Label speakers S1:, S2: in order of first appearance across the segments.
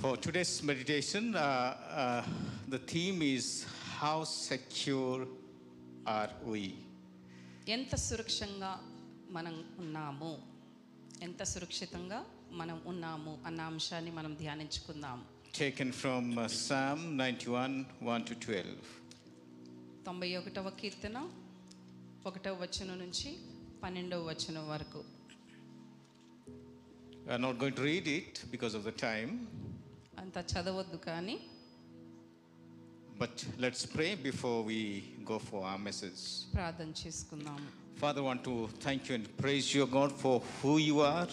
S1: For today's meditation, uh, uh, the theme is How Secure Are We?
S2: ఎంత సురక్షంగా మనం ఉన్నాము ఎంత సురక్షితంగా మనం ఉన్నాము అన్న అంశాన్ని మనం ధ్యానించుకుందాం
S1: Taken from uh, Psalm 91 1 to 12.
S2: తొంభై ఒకటవ కీర్తన ఒకటవ వచనం నుంచి పన్నెండవ వచనం వరకు
S1: I'm not going to read it because of the time,
S2: అంత చదవద్దు కానీ
S1: but let's pray before we go for our message.
S2: ప్రార్థన చేసుకుందాము
S1: Father, I want to thank you and praise you, God, for who you are.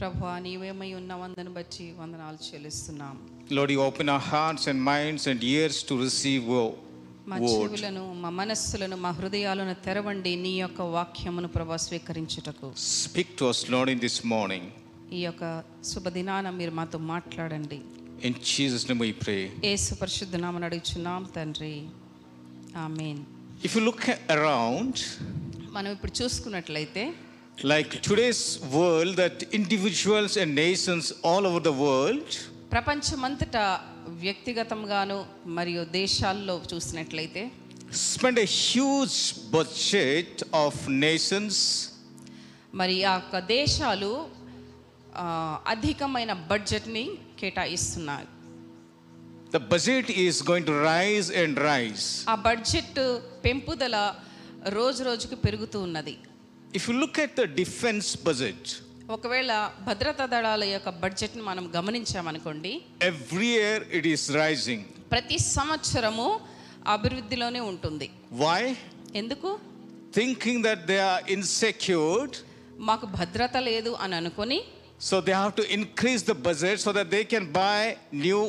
S2: ప్రభా నీవేమై ఉన్నవందని బట్టి వందనాలు చెల్లిస్తున్నాం
S1: Lord, you open our hearts and minds and ears to receive your
S2: మా
S1: word.
S2: చెవులను మా మనస్సులను మా హృదయాలను తెరవండి నీ యొక్క వాక్యమును ప్రభా స్వీకరించుటకు
S1: Speak to us, Lord, in this morning.
S2: ఈ యొక్క శుభదినాన మీరు మాతో మాట్లాడండి
S1: In Jesus' name we pray.
S2: యేసు పరిశుద్ధ నామని అడుగుచున్నాం తండ్రి ఆమెన్
S1: If you look around,
S2: మనం ఇప్పుడు చూసుకున్నట్లయితే
S1: like today's world, that individuals and nations all over the world,
S2: ప్రపంచమంతటా వ్యక్తిగతంగాను మరియు దేశాల్లో చూసినట్లయితే
S1: spend a huge budget of nations
S2: మరి ఆ యొక్క దేశాలు ఆ, అధికమైన బడ్జెట్ని కేటాయిస్తున్నాయి
S1: the budget is going to rise and rise
S2: ఆ బడ్జెట్ పెంపుదల రోజు రోజుకు పెరుగుతూ ఉన్నది
S1: if you look at the defense budget
S2: ఒకవేళ భద్రతా దళాల యొక్క బడ్జెట్ని మనం గమనించామనుకోండి
S1: every year it is rising
S2: ప్రతి సంవత్సరము అభివృద్ధిలోనే ఉంటుంది
S1: why
S2: ఎందుకు
S1: thinking that they are insecure
S2: మాకు భద్రత లేదు అని అనుకొని
S1: so they have to increase the budget so that they can buy new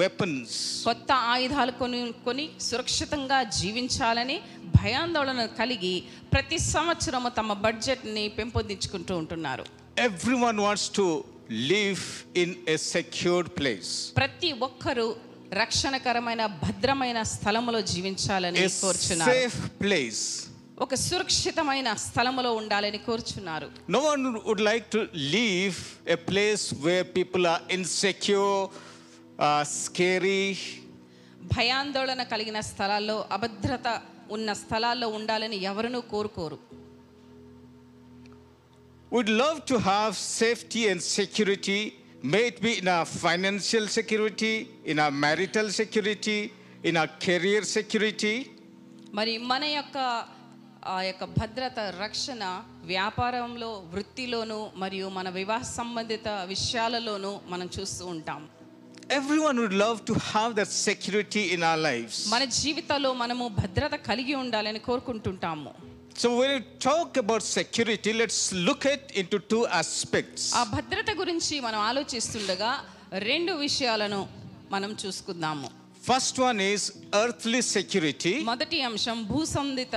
S1: weapons
S2: కొత్త ఆయుధాలు కొనుక్కొని సురక్షితంగా జీవించాలని భయాందోళన కలిగి ప్రతి సంవత్సరము తమ బడ్జెట్ని పెంపొందించుకుంటూ ఉంటున్నారు
S1: everyone wants to live in a secured place
S2: ప్రతి ఒక్కరూ రక్షణకరమైన భద్రమైన స్థలములో జీవించాలని
S1: a
S2: కోరుచున్నారు
S1: safe place
S2: ఒక సురక్షితమైన స్థలములో ఉండాలని కోరుచున్నారు
S1: No one would like to leave a place where people are insecure, uh, scary.
S2: భయాందోళన కలిగిన స్థలాల్లో అభద్రత ఉన్న స్థలాల్లో ఉండాలని ఎవరునూ కోరుకోరు
S1: We'd love to have safety and security, may it be in our financial security, in our marital security, in our career security.
S2: మరి మన యొక్క ఆ యొక్క భద్రత రక్షణ వ్యాపారంలో వృత్తిలోను మరియు మన వివాహ సంబంధిత విషయాలలోనూ మనం చూస్తూ ఉంటాం
S1: Everyone would love to have that security in our lives.
S2: మన జీవితంలో మనము భద్రత కలిగి ఉండాలని కోరుకుంటుంటాము
S1: So, when we talk about security, let's look at into two aspects.
S2: ఆ భద్రత గురించి మనం ఆలోచిస్తుండగా రెండు విషయాలను మనం చూసుకుందాము
S1: First one is earthly security.
S2: మొదటి అంశం భూసంధిత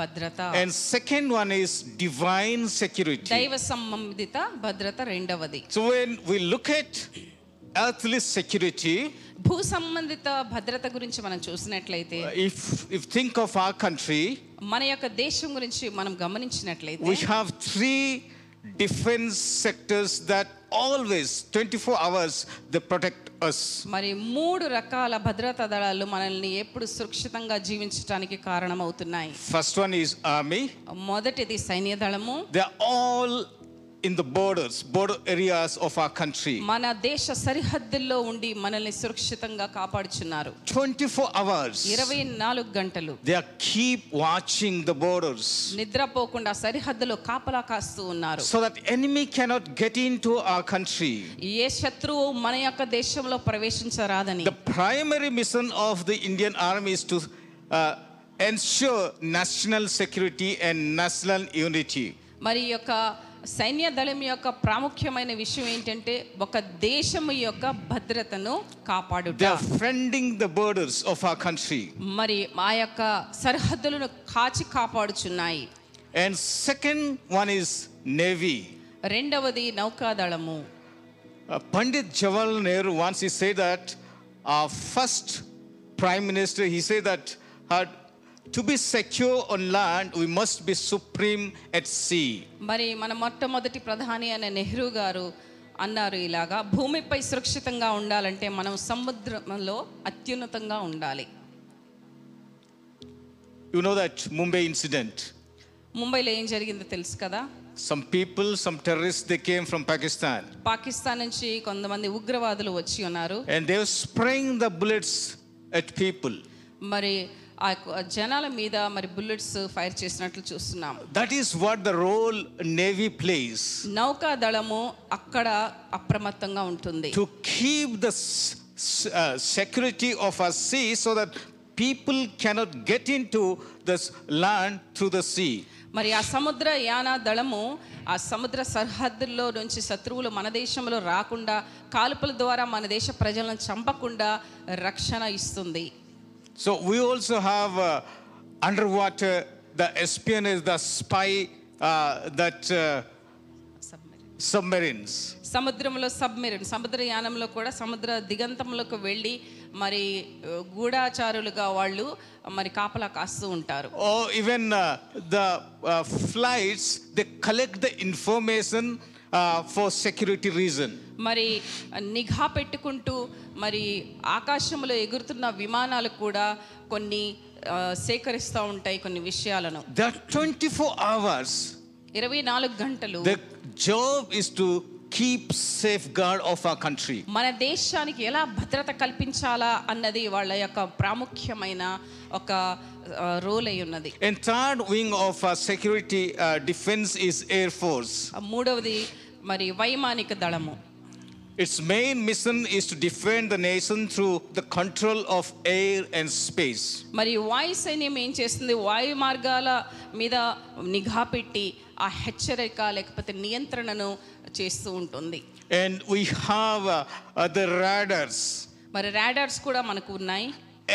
S2: భద్రత
S1: And second one is divine security.
S2: దైవ సంబంధిత భద్రత రెండవది
S1: So when we look at earthly security,
S2: భూ సంబంధిత భద్రత గురించి మనం చూసినట్లయితే
S1: if if think of our country,
S2: మన యొక్క దేశం గురించి మనం గమనించినట్లయితే
S1: we have three defense sectors that always 24 hours they protect us.
S2: మరి మూడు రకాల భద్రతా దళాలు మనల్ని ఎప్పుడు సురక్షితంగా జీవించడానికి కారణమవుతున్నాయి
S1: First one is army.
S2: మొదటిది సైన్య దళము
S1: They are all in the borders, border areas of our country.
S2: మన దేశ సరిహద్దుల్లో ఉండి మనల్ని సురక్షితంగా కాపాడుచున్నారు
S1: 24 hours.
S2: ఇరవై నాలుగు గంటలు
S1: They are keep watching the borders.
S2: నిద్రపోకుండా సరిహద్దులో కాపలా కాస్తూ ఉన్నారు
S1: so that enemy cannot get into our country
S2: ఏ శత్రువు మన యొక్క దేశంలో ప్రవేశించరాదని
S1: the primary mission of the indian army is to uh, ensure national security and national unity
S2: మరి ఈ యొక్క సైన్య దళం యొక్క ప్రాముఖ్యమైన విషయం ఏంటంటే ఒక దేశము యొక్క భద్రతను
S1: they
S2: కాపాడుట
S1: are friending the borders of our country
S2: మరి మా యొక్క సరిహద్దులను కాచి కాపాడుచున్నాయి
S1: and second one is navy
S2: రెండవది నౌకాదళము
S1: Uh, pandit jawaharlal nehru once he said that our first prime minister he said that uh, to be secure on land we must be supreme at sea
S2: మరి మన మొట్టమొదటి ప్రధాని అయిన నెహ్రూ గారు అన్నారు ఇలాగా భూమిపై సురక్షితంగా ఉండాలంటే మనం సముద్రంలో అత్యున్నతంగా ఉండాలి
S1: You know that Mumbai incident.
S2: ముంబైలో ఏం జరిగిందో తెలుసు కదా
S1: Some people, some terrorists, they came from Pakistan
S2: Pakistan నుంచి కొంతమంది ఉగ్రవాదులు వచ్చి ఉన్నారు
S1: and they were spraying the bullets at people.
S2: మరి ఆ యొక్క జనాల మీద మరి బుల్లెట్స్ ఫైర్ చేసినట్లు చూస్తున్నాం
S1: That is what the role Navy plays
S2: నౌకా దళము అక్కడ అప్రమత్తంగా ఉంటుంది
S1: to keep the s- s- uh, security of our sea so that people cannot get into this land through the sea.
S2: మరి ఆ సముద్ర యానా దళము ఆ సముద్ర సరిహద్దుల్లో నుంచి శత్రువులు మన దేశంలో రాకుండా కాల్పుల ద్వారా మన దేశ ప్రజలను చంపకుండా రక్షణ ఇస్తుంది
S1: So we also have uh, underwater the espionage, the spy, uh, that uh, submarines.
S2: సముద్రంలో సబ్మెరీన్ సముద్ర యానంలో కూడా సముద్ర దిగంతంలోకి వెళ్ళి మరి ఆ, గూఢాచారులుగా వాళ్ళు మరి కాపలా కాస్తూ ఉంటారు
S1: Or even uh, the uh, flights, they collect the information uh, for security reason.
S2: మరి నిఘా పెట్టుకుంటూ మరి ఆకాశంలో ఎగురుతున్న విమానాలు కూడా కొన్ని సేకరిస్తూ ఉంటాయి కొన్ని విషయాలను
S1: There are 24 hours.
S2: ఇరవై నాలుగు గంటలు
S1: The job is to keep safeguard of our country.
S2: మన దేశానికి ఎలా భద్రత కల్పించాలా అన్నది వాళ్ళ యొక్క ప్రాముఖ్యమైన ఒక ఆ, రోల్ అయి ఉన్నది
S1: And third wing of our security uh, defense is Air Force.
S2: ఆ, మూడవది మరి వైమానిక దళము
S1: Its main mission is to defend the nation through the control of air and space.
S2: మరి వాయు సైన్యం ఏం చేస్తుంది వాయు మార్గాల మీద నిఘా పెట్టి ఆ హెచ్చరిక లేకపోతే నియంత్రణను చేస్తూ ఉంటుంది
S1: And we have uh, uh, the radars.
S2: మరి రాడార్స్ కూడా మనకు ఉన్నాయి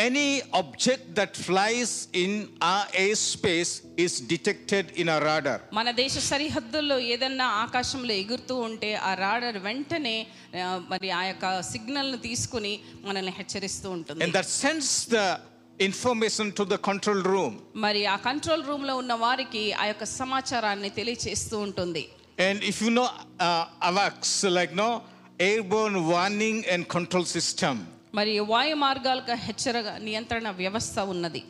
S1: Any object that flies in our airspace is detected in our radar.
S2: మన దేశ సరిహద్దుల్లో ఏదన్నా ఆకాశంలో ఎగురుతూ ఉంటే ఆ రాడర్ వెంటనే ఆ, మరి ఆ యొక్క సిగ్నల్ను తీసుకుని మనల్ని హెచ్చరిస్తూ ఉంటుంది
S1: And that sends the information to the control room.
S2: మరి ఆ కంట్రోల్ రూమ్లో ఉన్న వారికి ఆ యొక్క సమాచారాన్ని తెలియచేస్తూ ఉంటుంది
S1: And if you know uh, AVAX, like no airborne warning and control system,
S2: మరి వాయు మార్గాలకు హెచ్చరిక నియంత్రణ వ్యవస్థ ఉన్నది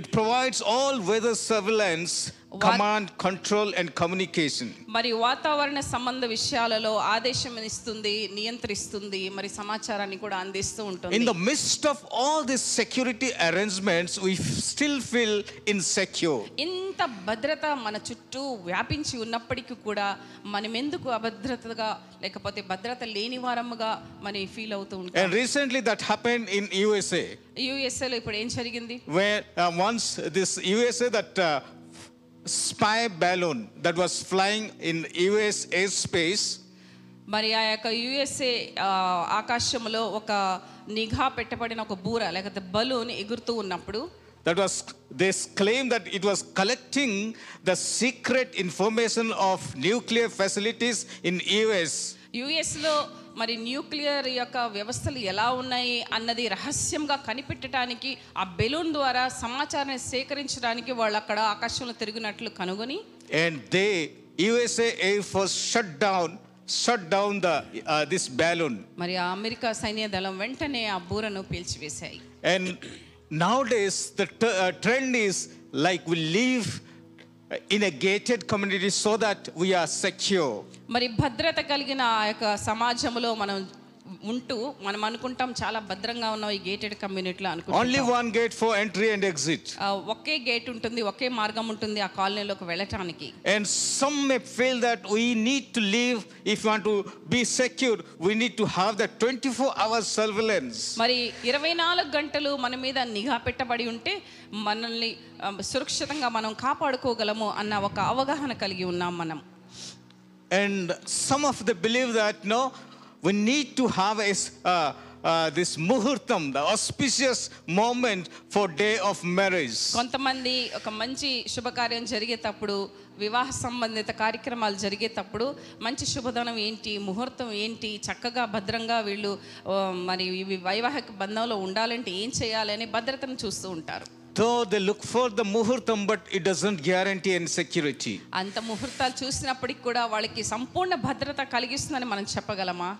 S1: it provides all weather surveillance,
S2: What-
S1: command, control, and communication.
S2: మరి వాతావరణ సంబంధ విషయాలలో ఆదేశం ఇస్తుంది నియంత్రిస్తుంది మరి సమాచారాన్ని కూడా అందిస్తూ
S1: In
S2: ఉంటుంది
S1: the midst of all these security arrangements, we f- still feel insecure.
S2: ఇంత భద్రత మన చుట్టూ వ్యాపించి ఉన్నప్పటికీ కూడా మనమెందుకు అభద్రతగా లేకపోతే భద్రత లేని వారముగా మరి ఫీల్ అవుతూ ఉంటాం
S1: And recently that happened in USA,
S2: యూఎస్ఏలో ఇప్పుడు ఏం జరిగింది
S1: where uh, once this USA, that uh, spy balloon that was flying in US airspace,
S2: మరి ఆ యొక్క యుఎస్ఏ ఆకాశంలో ఒక నిఘా పెట్టబడిన ఒక బూర లేకపోతే బలూన్ ఎగురుతూ ఉన్నప్పుడు
S1: that was, they claimed that it was collecting the secret information of nuclear facilities in US.
S2: యుఎస్లో మరి న్యూక్లియర్ యొక్క వ్యవస్థలు ఎలా ఉన్నాయి అన్నది రహస్యంగా కనిపెట్టడానికి ఆ బెలూన్ ద్వారా సమాచారాన్ని సేకరించడానికి వాళ్ళు అక్కడ ఆకాశంలో తిరిగినట్లు కనుగొని
S1: And they, USA Air Force shut down, shut down the, uh, this balloon.
S2: మరి ఆ అమెరికా సైన్య దళం వెంటనే ఆ బూరను పీల్చివేశాయి
S1: And nowadays, the t- uh, trend is like we live in a gated community so that we are secure.
S2: మరి భద్రత కలిగిన ఆ యొక్క సమాజంలో మనం ఉంటూ మనం అనుకుంటాం చాలా భద్రంగా ఉన్నాం ఈ గేటెడ్ కమ్యూనిటీలో
S1: Only
S2: అనుకుంటాం
S1: one gate for entry and exit.
S2: ఆ, ఒకే గేట్ ఉంటుంది ఒకే మార్గం ఉంటుంది ఆ కాలనీలోకి వెళ్ళటానికి
S1: And some may feel that we need to live, if we want to be secure, we need to have that 24 hour surveillance.
S2: మరి ఇరవై నాలుగు గంటలు మన మీద నిఘా పెట్టబడి ఉంటే మనల్ని ఆ, సురక్షితంగా మనం కాపాడుకోగలము అన్న ఒక అవగాహన కలిగి ఉన్నాం మనం
S1: And some of them believe that no, we need to have a, s- uh, uh, this muhurtam, the auspicious moment for day of marriage.
S2: కొంతమంది ఒక మంచి శుభకార్యం జరిగేటప్పుడు వివాహ సంబంధిత కార్యక్రమాలు జరిగేటప్పుడు మంచి శుభదనం ఏంటి ముహూర్తం ఏంటి చక్కగా భద్రంగా వీళ్ళు ఆ, మరి ఇవి వైవాహిక బంధంలో ఉండాలంటే ఏం చేయాలి అనే భద్రతను చూస్తూ ఉంటారు
S1: Though they look for the muhurtam, but it doesn't guarantee any security.
S2: అంత ముహూర్తాలు చూసినప్పటికి కూడా వాళ్ళకి సంపూర్ణ భద్రత కలిగిస్తుందని మనం చెప్పగలమా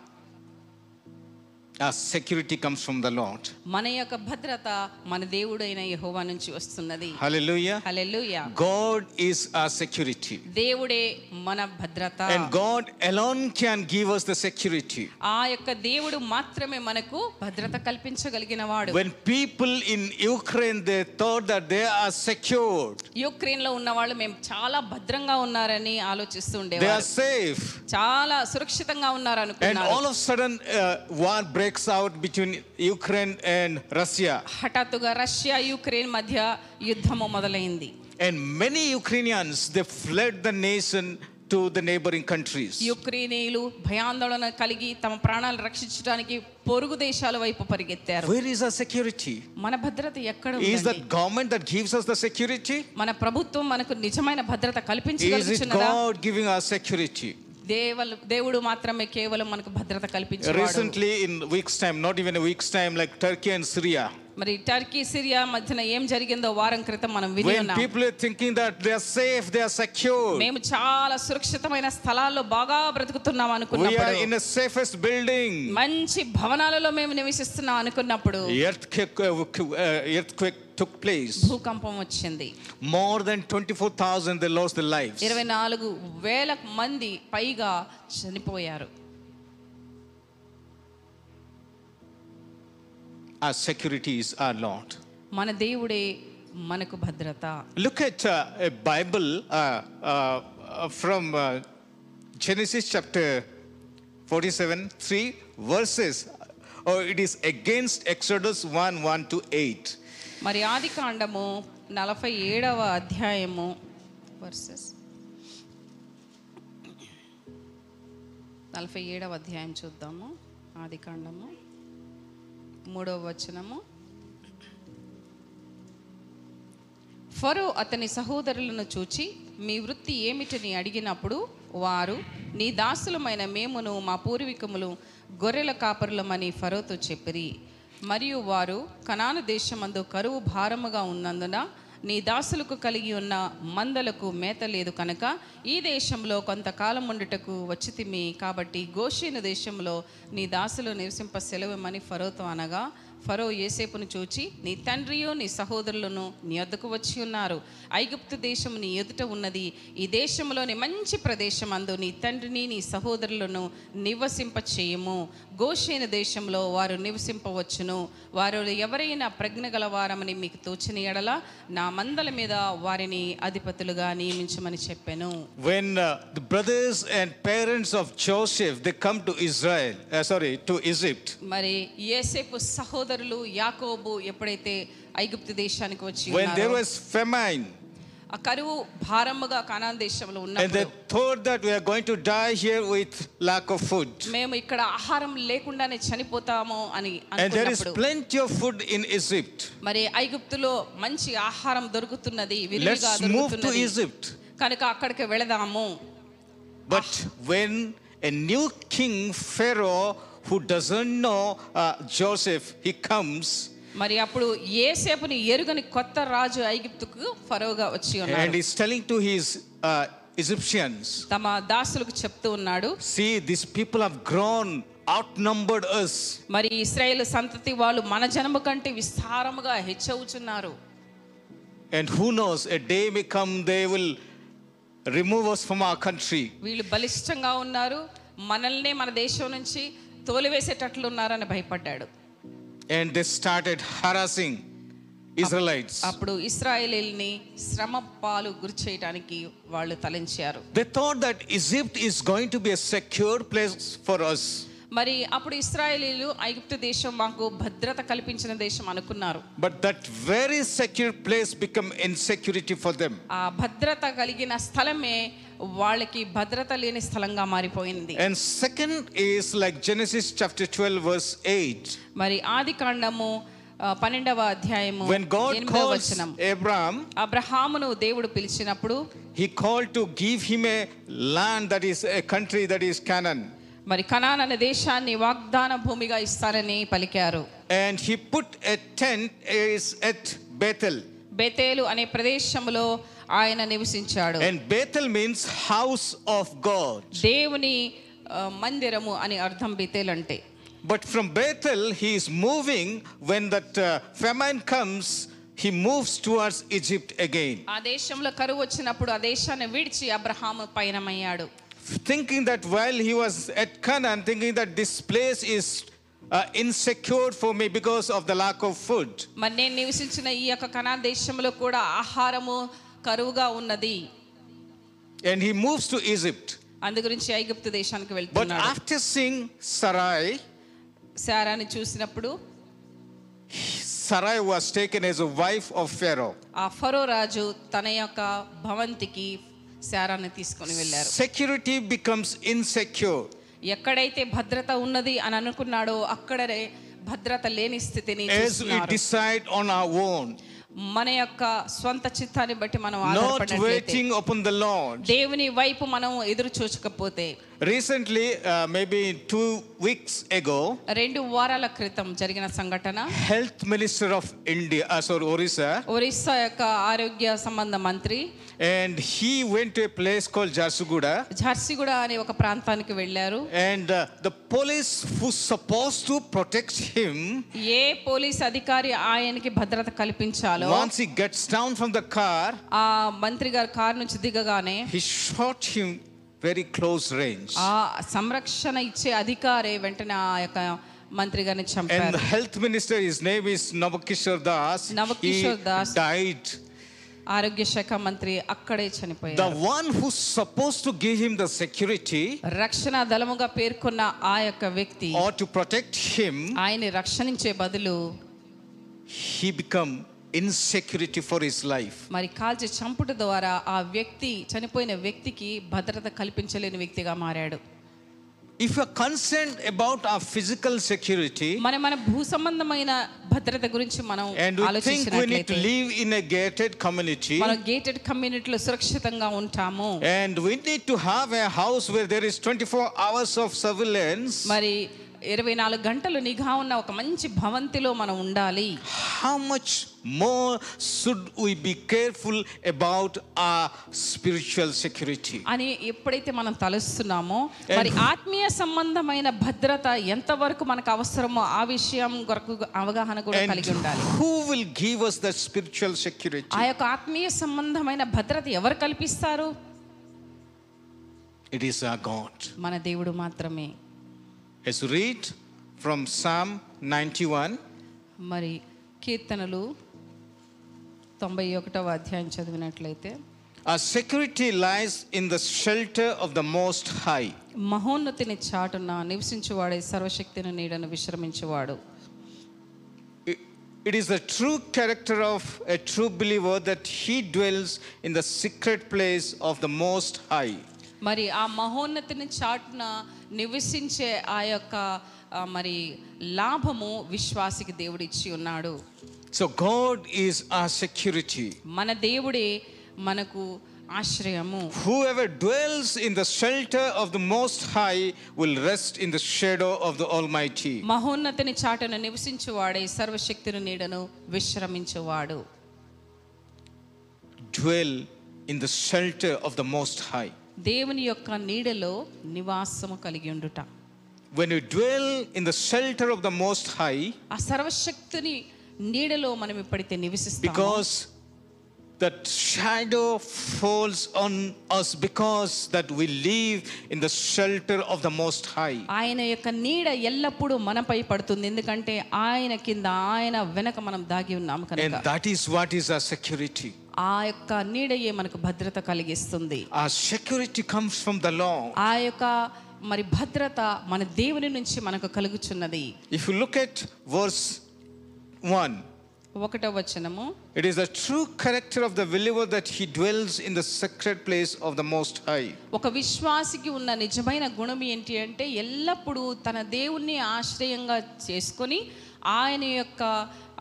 S1: Our security comes from the Lord.
S2: మన యొక్క భద్రత మన దేవుడైన యెహోవా నుంచి వస్తున్నది
S1: Hallelujah.
S2: Hallelujah
S1: God is our security.
S2: దేవుడే మన భద్రత
S1: And God alone can give us the security.
S2: ఆ యొక్క దేవుడు మాత్రమే మనకు భద్రత కల్పించగలిగిన వాడు
S1: When people in Ukraine they thought that they are secured,
S2: Ukraine లో ఉన్న వాళ్ళు మేము చాలా భద్రంగా ఉన్నారని ఆలోచిస్తూ
S1: they are
S2: ఉండేవారు
S1: safe.
S2: చాలా సురక్షితంగా ఉన్నారు
S1: And
S2: అనుకున్నారు
S1: all of a sudden, uh, war breaks out between Ukraine and Russia.
S2: హఠాత్తుగా రష్యా యుక్రెయిన్ మధ్య యుద్ధము మొదలైంది
S1: And many Ukrainians they fled the nation to the neighboring countries.
S2: యుక్రెయినీయులు భయాందోళన కలిగి తమ ప్రాణాలు రక్షించడానికి పొరుగు దేశాల వైపు పరిగెత్తారు
S1: Where is our security?
S2: మన భద్రత ఎక్కడ
S1: Is
S2: ఉందండి?
S1: that government that gives us the security?
S2: మన ప్రభుత్వం మనకు నిజమైన భద్రత
S1: Is it
S2: కల్పించగలుగుతున్నదా
S1: God giving us security?
S2: దేవులు దేవుడు మాత్రమే కేవలం మనకు భద్రత కల్పించేవాడు
S1: Recently, in weeks' time, not even a week's time, like Turkey and Syria,
S2: మరి టర్కీ సిరియా మధ్యన ఏం జరిగిందో వారం క్రితం మనం విని
S1: when
S2: ఉన్నాం
S1: people are thinking that they are safe, they are secure,
S2: మేము చాలా సురక్షితమైన స్థలాల్లో బాగా బ్రతుకుతున్నాం
S1: we are
S2: అనుకున్నప్పుడు
S1: in the safest building,
S2: మంచి భవనాలలో మేము నివసిస్తున్నాం అనుకున్నప్పుడు
S1: earthquake, uh, uh, earthquake took place.
S2: భూకంపం వచ్చింది
S1: More than 24,000 they lost their lives.
S2: ఇరవై నాలుగు వేల మంది పైగా చనిపోయారు
S1: Our security is our Lord.
S2: మన దేవుడే మనకు భద్రత
S1: Look at uh, a Bible uh, uh, uh, from uh, Genesis chapter 47, 3 verses, or it is against Exodus 1 1 to 8.
S2: మరి ఆది కాండము నలభై ఏడవ అధ్యాయము వర్సెస్ నలభై ఏడవ అధ్యాయం చూద్దాము ఆది కాండము మూడవ వచనము ఫరో అతని సహోదరులను చూచి మీ వృత్తి ఏమిటని అడిగినప్పుడు వారు నీ దాసులమైన మేమును మా పూర్వీకములు గొర్రెల కాపరులమని ఫరోతో చెప్పిరి మరియు వారు కనాను దేశమందు కరువు భారముగా ఉన్నందున నీ దాసులకు కలిగి ఉన్న మందలకు మేత లేదు కనుక ఈ దేశంలో కొంతకాలం ఉండుటకు వచ్చితిమి కాబట్టి గోషీను దేశంలో నీ దాసులు నివసింప సెలవుమని ఫరోతో అనగా ఫరో యేసేపును చూచి నీ తండ్రియు నీ సహోదరులను నీ వద్దకు వచ్చి ఉన్నారు ఐగుప్తు దేశము నీ ఎదుట ఉన్నది ఈ దేశంలోని మంచి ప్రదేశం అందు నీ తండ్రిని నీ సహోదరులను నివసింప చేయము గోషైన దేశంలో వారు నివసింపవచ్చును వారు ఎవరైనా ప్రజ్ఞ గలవారమని మీకు తోచిన ఎడల నా మందల మీద వారిని అధిపతులుగా నియమించమని చెప్పాను
S1: When uh, the brothers and parents of Joseph they come to Israel, uh, sorry, to Egypt,
S2: మరి యేసేపు సహోదరులు యాకోబు ఎప్పుడైతే ఐగుప్తు దేశానికి వచ్చి
S1: when there
S2: ఉన్నారో,
S1: was famine,
S2: ఆ కరువు భారముగా కనాన్ దేశంలో
S1: and they
S2: ఉన్నప్పుడు
S1: thought that we are going to die here with lack of food.
S2: మేము ఇక్కడ ఆహారం లేకుండానే చనిపోతాము అని
S1: And there is
S2: అనుకున్నప్పుడు
S1: plenty of food in Egypt.
S2: మరి ఐగుప్తులో మంచి ఆహారం దొరుకుతున్నది విరివిగా
S1: Let's move to
S2: దొరుకుతున్నది
S1: Egypt.
S2: కనుక అక్కడికి వెళదాము
S1: But when a new king Pharaoh who doesn't know uh, Joseph he comes
S2: మరి అప్పుడు ఏసేపుని ఎరుగని కొత్త రాజు ఐగుప్తుకు ఫరోగా వచ్చి
S1: and
S2: ఉన్నాడు
S1: he's telling to his uh, Egyptians
S2: తమ దాసులకు చెప్తూ ఉన్నాడు
S1: see these people have grown outnumbered us
S2: మరి ఇస్రాయేల్ సంతతి వాళ్ళు మన జనము కంటే విస్తారముగా హెచ్చవుచున్నారు
S1: and who knows a day may come they will remove us from our country
S2: వీళ్ళు బలిష్టంగా ఉన్నారు మనల్నే మన దేశం నుంచి తోలివేసేటట్లు ఉన్నారని భయపడ్డాడు
S1: and they started harassing Israelites
S2: అప్పుడు ఇస్రాయేలీల్ని శ్రమ పాలు గురి చేయడానికి వాళ్ళు తలంచారు
S1: they thought that Egypt is going to be a secure place for us
S2: మరి అప్పుడు ఇస్రాయేలీలు ఐగుప్తు దేశం మాకు భద్రత కల్పించిన దేశం అనుకున్నారు
S1: But that very secure place become insecurity for them.
S2: ఆ భద్రత కలిగిన స్థలమే వాళ్ళకి భద్రత లేని స్థలంగా మారిపోయింది
S1: And second is like Genesis chapter 12 verse 8.
S2: మరి ఆది కాండము ఆ, పన్నెండవ అధ్యాయము
S1: When God
S2: ఎనిమిదవ
S1: calls
S2: వచనం
S1: Abraham,
S2: అబ్రహామును దేవుడు పిలిచినప్పుడు
S1: he called to give him a land that is a country that is Canaan.
S2: మరి కనాన్ అనే దేశాన్ని వాగ్దాన భూమిగా ఇస్తానని పలికారు
S1: And he put a tent is at Bethel.
S2: బెతేలు అనే ప్రదేశంలో ఆయన నివసించాడు
S1: And Bethel means house of God.
S2: దేవుని ఆ, మందిరము అని అర్థం బెతేలు అంటే
S1: But from Bethel, he is moving. When that uh, famine comes, he moves towards Egypt again,
S2: ఆ దేశంలో కరువు వచ్చినప్పుడు ఆ దేశాన్ని విడిచి Abraham పయనమయ్యాడు
S1: thinking that while he was at Canaan, thinking that this place is uh, insecure for me because of the lack of food.
S2: మరి నేను నివసించిన ఈ యొక్క కనా దేశంలో కూడా ఆహారము కరువుగా ఉన్నది
S1: And he moves to Egypt.
S2: అందు గురించి ఐగుప్తు దేశానికి
S1: But
S2: వెళ్తున్నాడు
S1: after seeing Sarai,
S2: శారాని చూసినప్పుడు
S1: Sarai was taken as a wife of Pharaoh.
S2: ఆ ఫరో రాజు తన యొక్క భవంతికి శారాన్ని తీసుకొని వెళ్ళారు
S1: Security becomes insecure.
S2: ఎక్కడైతే భద్రత ఉన్నది అని అనుకున్నాడో అక్కడనే భద్రత లేని స్థితిని
S1: As we
S2: చూస్తున్నారు.
S1: decide on our own,
S2: మన యొక్క స్వంత చిత్తాన్ని బట్టి మనం
S1: not
S2: ఆధారపడినట్లయితే
S1: waiting upon the Lord.
S2: దేవుని వైపు మనం ఎదురు చూచకపోతే
S1: Recently, uh, maybe two weeks ago,
S2: రెండు వారాల క్రితం జరిగిన సంఘటన
S1: Health Minister of India, uh, sorry, Orissa,
S2: Orissa యొక్క ఆరోగ్య సంబంధ మంత్రి
S1: and he went to a place called Jarsuguda,
S2: ఝార్సిగూడ అనే ఒక ప్రాంతానికి వెళ్ళారు
S1: and uh, the police who supposed to protect him,
S2: ఏ పోలీస్ అధికారి ఆయనకి భద్రత కల్పించాలో
S1: once he gets down from the car,
S2: ఆ మంత్రి గారు కారు నుంచి దిగగానే
S1: he shot him very close range.
S2: ఆ సంరక్షణ ఇచ్చే అధికారే వెంటనే ఆ యొక్క మంత్రి గారిని
S1: And the
S2: చంపారు
S1: health minister, his name is Navakishore Das.
S2: Navakishore
S1: he
S2: Das.
S1: died.
S2: ఆరోగ్య శాఖ మంత్రి అక్కడే
S1: The
S2: చనిపోయారు
S1: one who's supposed to give him the security
S2: రక్షణ దళముగా పేర్కొన్న ఆ యొక్క వ్యక్తి
S1: or to protect him,
S2: ఆయన్ని రక్షణించే బదులు
S1: he become insecurity for his life.
S2: మరి కాల్చి చంపుట ద్వారా ఆ వ్యక్తి చనిపోయిన వ్యక్తికి భద్రత కల్పించలేని వ్యక్తిగా మారాడు
S1: If you're concerned about our physical security
S2: మన మన భూ సంబంధమైన భద్రత గురించి మనం
S1: and we think we need to
S2: ఆలోచించినట్లయితే
S1: live in a gated community
S2: మనం గేటెడ్ కమ్యూనిటీలో సురక్షితంగా ఉంటాము
S1: and we need to have a house where there is 24 hours of surveillance,
S2: మరి ఇరవై నాలుగు గంటలు నిఘా ఉన్న ఒక మంచి భవంతిలో మనం ఉండాలి
S1: how much more should we be careful about our spiritual security?
S2: అని ఎప్పుడైతే మనం తలుస్తున్నామో మరి ఆత్మీయ సంబంధమైన భద్రత ఎంతవరకు మనకు అవసరమో ఆ విషయం కొరకు అవగాహన కూడా
S1: And
S2: కలిగి ఉండాలి
S1: who will give us that spiritual security?
S2: ఆ యొక్క ఆత్మీయ సంబంధమైన భద్రత ఎవరు కల్పిస్తారు
S1: It is our God.
S2: మన దేవుడు మాత్రమే
S1: As you read from Psalm 91,
S2: మరి కీర్తనలు తొంభై ఒకటవ అధ్యాయం చదివినట్లయితే
S1: our security lies in the shelter of the Most High.
S2: మహోన్నతిని చాటున నివసించువాడే సర్వశక్తిని నీడను విశ్రమించువాడు
S1: It- it is the true character of a true believer that he dwells in the secret place of the Most High.
S2: మరి ఆ మహోన్నతిని చాటున నివసించే ఆ యొక్క ఆ, మరి లాభము విశ్వాసికి దేవుడు ఇచ్చి ఉన్నాడు
S1: So God is our security.
S2: మన దేవుడే మనకు ఆశ్రయము
S1: Whoever dwells in the shelter of the Most High will rest in the shadow of the Almighty.
S2: మహోన్నతిని చాటున నివసించువాడే సర్వశక్తిని నీడను విశ్రమించువాడు
S1: Dwell in the shelter of the Most High.
S2: దేవుని యొక్క నీడలో నివాసము కలిగి ఉండుట
S1: When you dwell in the shelter of the Most High,
S2: ఆ సర్వశక్తిని నీడలో మనం ఎప్పుడైతే నివసిస్తామో
S1: because that shadow falls on us because that we live in the shelter of the Most High.
S2: ఆయన యొక్క నీడ ఎల్లప్పుడూ మనపై పడుతుంది ఎందుకంటే ఆయన కింద ఆయన వెనక మనం దాగి ఉన్నాము
S1: And
S2: కనుక
S1: that is what is our security.
S2: ఆ యొక్క నీడయే మనకు భద్రత కలిగిస్తుంది
S1: Our security comes from the Lord.
S2: ఆ యొక్క మరి భద్రత మన దేవుని నుంచి మనకు కలుగుచున్నది
S1: If you look at verse 1,
S2: ఒకటో వచనము
S1: it is the true character of the believer that he dwells in the secret place of the Most High.
S2: ఒక విశ్వాసికి ఉన్న నిజమైన గుణం ఏంటి అంటే ఎల్లప్పుడూ తన దేవుణ్ణి ఆశ్రయంగా చేసుకొని ఆయన యొక్క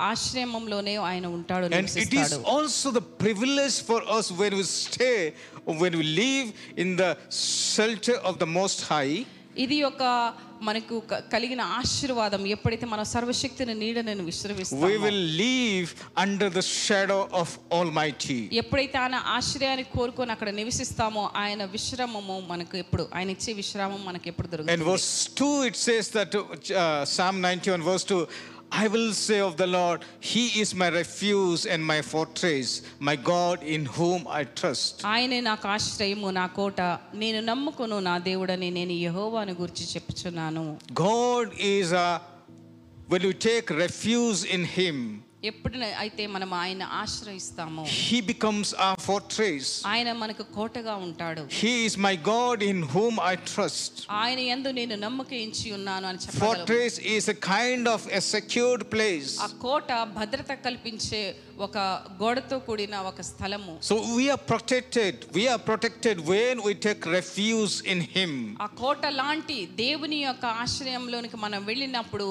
S2: ఆశ్రమంలోనే ఆయన ఉంటాడు
S1: And it is
S2: నివసిస్తాడు.
S1: also the privilege for us when we stay, when we live in the shelter of the Most High,
S2: ఇది ఒక మనకు క- కలిగిన ఆశీర్వాదం ఎప్పుడైతే మన సర్వశక్తిని నీడనని విశ్రమిస్తాం
S1: We will live under the shadow of Almighty.
S2: ఎప్పుడైతే ఆయన ఆశ్రయాన్ని కోరుకొని అక్కడ నివసిస్తామో ఆయన విశ్రామము మనకు ఎప్పుడు ఆయన ఇచ్చే విశ్రామం మనకు ఎప్పుడు దొరుకుతుంది
S1: And verse 2, it says that uh, Psalm 91, verse 2 I will say of the Lord, He is my refuge and my fortress, my God in whom I trust.
S2: ఆయనే నాకు ఆశ్రయము నా కోట నేను నమ్ముకును నా దేవుడని నేను యహోవాను గురించి చెప్పుచున్నాను
S1: God is a, when you take refuge in Him,
S2: ఎప్పుడు అయితే మనం ఆయన ఆశ్రయిస్తామో
S1: He becomes our fortress.
S2: ఆయన మనకు కోటగా ఉంటాడు
S1: He is my God in whom I trust.
S2: ఆయన యందు నేను నమ్మకించి ఉన్నాను అని చెప్పగలం
S1: Fortress is a kind of a secured place.
S2: ఆ కోట భద్రత కల్పించే ఒక గోడతో కూడిన ఒక స్థలము
S1: So we are protected. We are protected when we take refuge in Him.
S2: ఆ కోట లాంటి దేవుని యొక్క ఆశ్రయంలోనికి మనం వెళ్ళినప్పుడు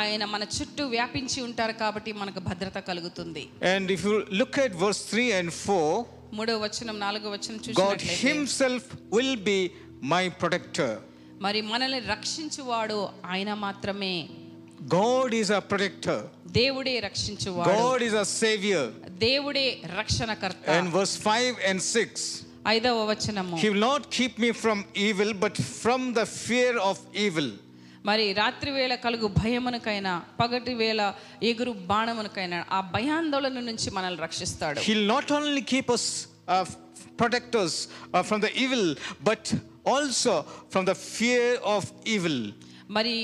S2: ఆయన మన చుట్టూ వ్యాపించి ఉంటారు కాబట్టి మనకు భద్రత కలుగుతుంది
S1: And if you look at verse 3 and 4,
S2: మూడో వచనం నాలుగో వచనం
S1: God
S2: చూసినట్లయితే
S1: Himself will be my protector.
S2: మరి మనల్ని రక్షించువాడు ఆయన మాత్రమే
S1: God is a protector.
S2: దేవుడే రక్షించువాడు
S1: God is a savior.
S2: దేవుడే రక్షణకర్త
S1: And verse 5 and 6
S2: ఐదవ వచనము
S1: He will not keep me from evil, but from the fear of evil.
S2: మరి రాత్రి వేళ కలుగు భయమునకైనా పగటి వేళ ఎగురు బాణమునకైనా ఆ భయాందోళన నుంచి మనల్ని రక్షిస్తాడు
S1: He'll not only keep us, uh, f- protect us uh, from the evil, but also from the fear of evil.
S2: మరి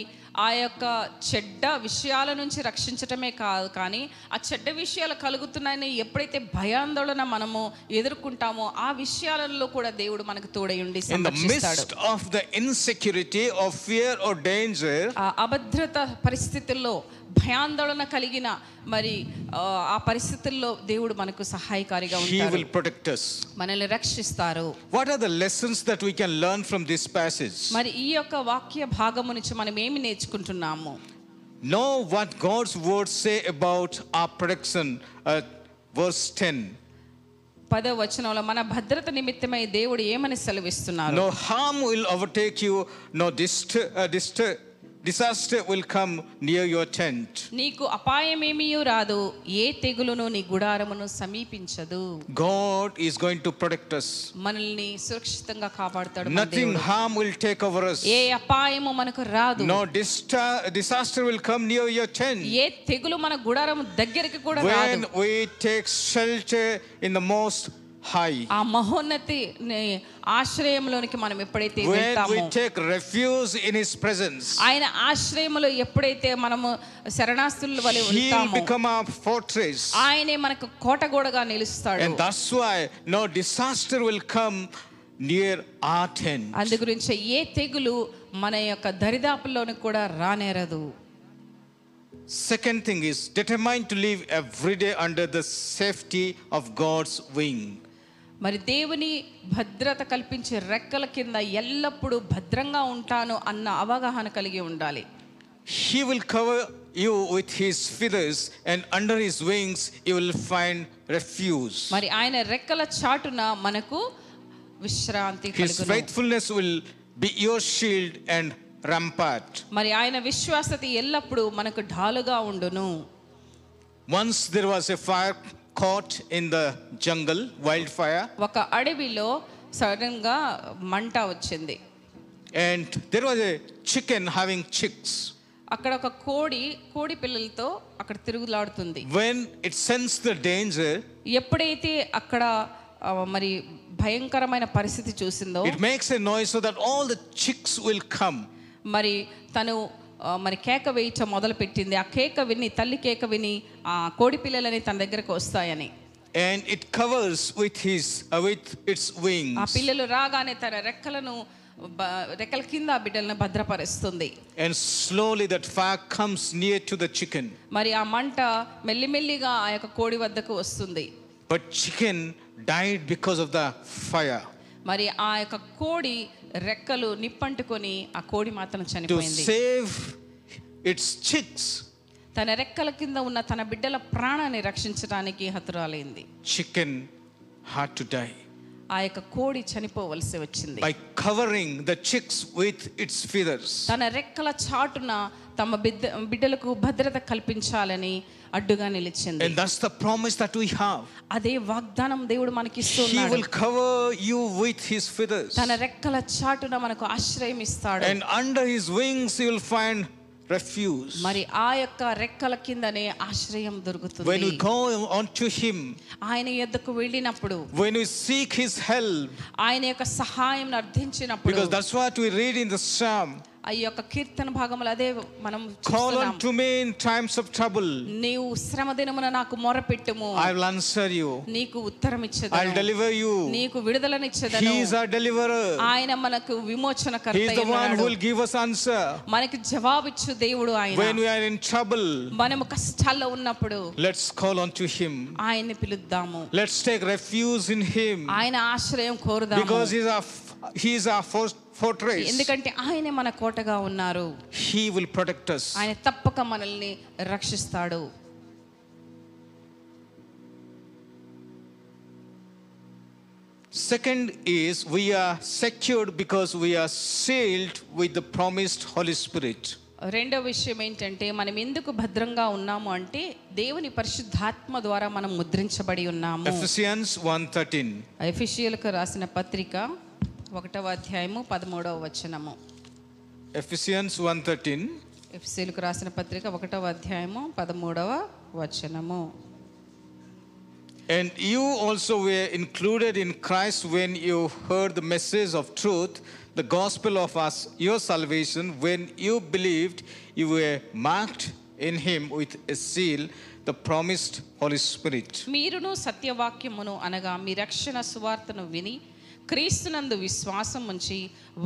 S2: ఆ యొక్క చెడ్డ విషయాల నుంచి రక్షించటమే కాదు కానీ ఆ చెడ్డ విషయాలు కలుగుతున్నాయని ఎప్పుడైతే భయాందోళన మనము ఎదుర్కొంటామో ఆ విషయాలలో కూడా దేవుడు మనకు తోడై ఉండి
S1: In the
S2: సంరక్షిస్తాడు
S1: midst of the insecurity or fear or danger,
S2: ఆ అభద్రత పరిస్థితుల్లో భయాందోళన కలిగిన మరి ఆ, ఆ పరిస్థితుల్లో దేవుడు మనకు సహాయకారిగా
S1: He
S2: ఉంటాడు
S1: will protect us.
S2: మనల్ని రక్షిస్తారు
S1: What are the lessons that we can learn from this passage?
S2: మరి ఈ యొక్క వాక్య భాగము నుంచి మనం ఏమి నేర్చుకుంటున్నాము
S1: Know what God's words say about our protection. Uh, verse 10.
S2: పదవ వచనంలో మన భద్రత నిమిత్తమై దేవుడు ఏమని సెలవిస్తున్నారు
S1: No harm will overtake you, no dist- uh, dist- disaster will come near your tent.
S2: నీకు అపాయమేమీ రాదు ఏ తెగులును నీ గుడారమును సమీపించదు
S1: God is going to protect us.
S2: మనల్ని సురక్షితంగా కాపాడుతాడు మన
S1: Nothing
S2: దేవుడు.
S1: harm will take over us.
S2: ఏ అపాయము మనకు రాదు
S1: No dista- disaster will come near your tent.
S2: ఏ తెగులు మన గుడారం దగ్గరికి కూడా రాదు
S1: When we take shelter in the most high,
S2: ఆ మహోన్నతి ని- ఆశ్రయంలోనికి మనం ఎప్పుడైతే
S1: when
S2: వెళ్తామో
S1: we take refuge in His presence,
S2: ఆయన ఆశ్రయములో ఎప్పుడైతే మనము శరణాస్తుల వలె
S1: He'll
S2: ఉంటామో
S1: become our fortress.
S2: ఆయనే మనకు కోటగోడగా నిలుస్తాడు
S1: And that's why no disaster will come near our tent.
S2: అందు గురించి ఏ తెగులు మన యొక్క దరిదాపుల్లోని కూడా రానేరదు
S1: Second thing is determined to live every day under the safety of God's wing.
S2: మరి దేవుని భద్రత కల్పించే రెక్కల కింద ఎల్లప్పుడూ భద్రంగా ఉంటాను అన్న అవగాహన కలిగి ఉండాలి
S1: He will cover you with His feathers, and under His wings you will find refuge.
S2: మరి ఆయన రెక్కల చాటున మనకు విశ్రాంతి
S1: His
S2: కలుగును.
S1: faithfulness will be your shield and rampart.
S2: మరి ఆయన విశ్వాసత ఎల్లప్పుడూ మనకు ఢాలుగా ఉండును
S1: Once there was a fire caught in the jungle, wildfire,
S2: ఒక అడవిలో సడన్ గా మంట వచ్చింది
S1: and there was a chicken having chicks.
S2: అక్కడ ఒక కోడి కోడి పిల్లలతో అక్కడ తిరుగులాడుతుంది
S1: When it sensed the danger,
S2: ఎప్పుడైతే అక్కడ ఆ, మరి భయంకరమైన పరిస్థితి చూసిందో
S1: it makes a noise so that all the chicks will come.
S2: మరి తను ఆ, మరి కేక వేయటం మొదలుపెట్టింది ఆ కేక విని తల్లి కేక విని ఆ కోడి పిల్లలని తన దగ్గరకు వస్తాయని
S1: And it covers with his uh, with its
S2: ఆ
S1: wings.
S2: పిల్లలు రాగానే తన రెక్కలను బ- రెక్కల కింద ఆ బిడ్డలను భద్రపరుస్తుంది
S1: And slowly that fire comes near to the chicken.
S2: మరి ఆ మంట మెల్లిమెల్లిగా ఆ యొక్క కోడి వద్దకు వస్తుంది
S1: But chicken died because of the fire.
S2: మరి ఆ యొక్క కోడి రెక్కలు నిప్పంటుకొని ఆ కోడి మాత్రం
S1: to
S2: చనిపోయింది
S1: save its chicks.
S2: తన రెక్కల కింద ఉన్న తన బిడ్డల ప్రాణాన్ని రక్షించడానికి హతురాలైంది
S1: Chicken had to die.
S2: ఆ యొక్క కోడి చనిపోవలసి వచ్చింది
S1: by covering the chicks with its feathers.
S2: తన రెక్కల చాటున తమ బిడ్డ బిడ్డలకు భద్రత కల్పించాలని అడ్డుగా నిలిచింది
S1: And that's the promise that we have.
S2: అదే వాగ్దానం దేవుడు
S1: He
S2: మనకిస్తున్నాడు
S1: will cover you with his feathers.
S2: తన రెక్కల చాటున మనకు ఆశ్రయం ఇస్తాడు
S1: And under his wings you will find refuge.
S2: మరి ఆ యొక్క రెక్కల కిందనే ఆశ్రయం దొరుకుతుంది
S1: When we go unto him,
S2: ఆయన యొద్దకు వెళ్ళినప్పుడు
S1: when we seek his help,
S2: ఆయన యొక్క సహాయం అర్థించినప్పుడు
S1: because that's what we read in the psalm
S2: ఆ యొక్క కీర్తన భాగములు అదే మనం
S1: call
S2: చూస్తున్నాం.
S1: unto me in times of trouble,
S2: నీవు శ్రమ దినమున నాకు మొరపెట్టుము
S1: I will answer you,
S2: నీకు ఉత్తరం
S1: I'll
S2: ఇచ్చేదను
S1: deliver you.
S2: నీకు విడుదలనిచ్చేదను
S1: He is our deliverer,
S2: ఆయన మనకు
S1: he is
S2: విమోచనకర్త
S1: the one who
S2: ఉన్నాడు.
S1: will give us answer.
S2: మనకి జవాబిచ్చు దేవుడు
S1: When
S2: ఆయన
S1: we are in trouble,
S2: మనము కష్టాల్లో ఉన్నప్పుడు
S1: let's call unto him.
S2: ఆయన్ని పిలుద్దాము
S1: Let's take refuge in him.
S2: ఆయన ఆశ్రయం కోరుదాము
S1: Because he's our, he is our for- fortress.
S2: ఎందుకంటే ఆయనే మన కోటగా ఉన్నారు
S1: He will protect us.
S2: ఆయన తప్పక మనల్ని రక్షిస్తాడు
S1: Second is we are secured because we are sealed with the promised Holy Spirit.
S2: రెండో విషయం ఏంటంటే మనం ఎందుకు భద్రంగా ఉన్నాము అంటే దేవుని పరిశుద్ధాత్మ ద్వారా మనం ముద్రించబడి ఉన్నాము
S1: Ephesians 1:13.
S2: ఎఫిషియల్కు రాసిన పత్రిక ఒకటవ అధ్యాయము పదమూడవ వచనము
S1: Ephesians 1:13.
S2: ఎఫ్సీలకు రాసిన పత్రిక ఒకటవ అధ్యాయము పదమూడవ వచనము
S1: And you also were included in Christ when you heard the message of truth, the gospel of us, your salvation. When you believed, you were marked in him with a seal, the promised Holy Spirit.
S2: మీరును సత్యవాక్యమును అనగా మీ రక్షణ సువార్తను విని క్రీస్తునందు విశ్వాసం ఉంచి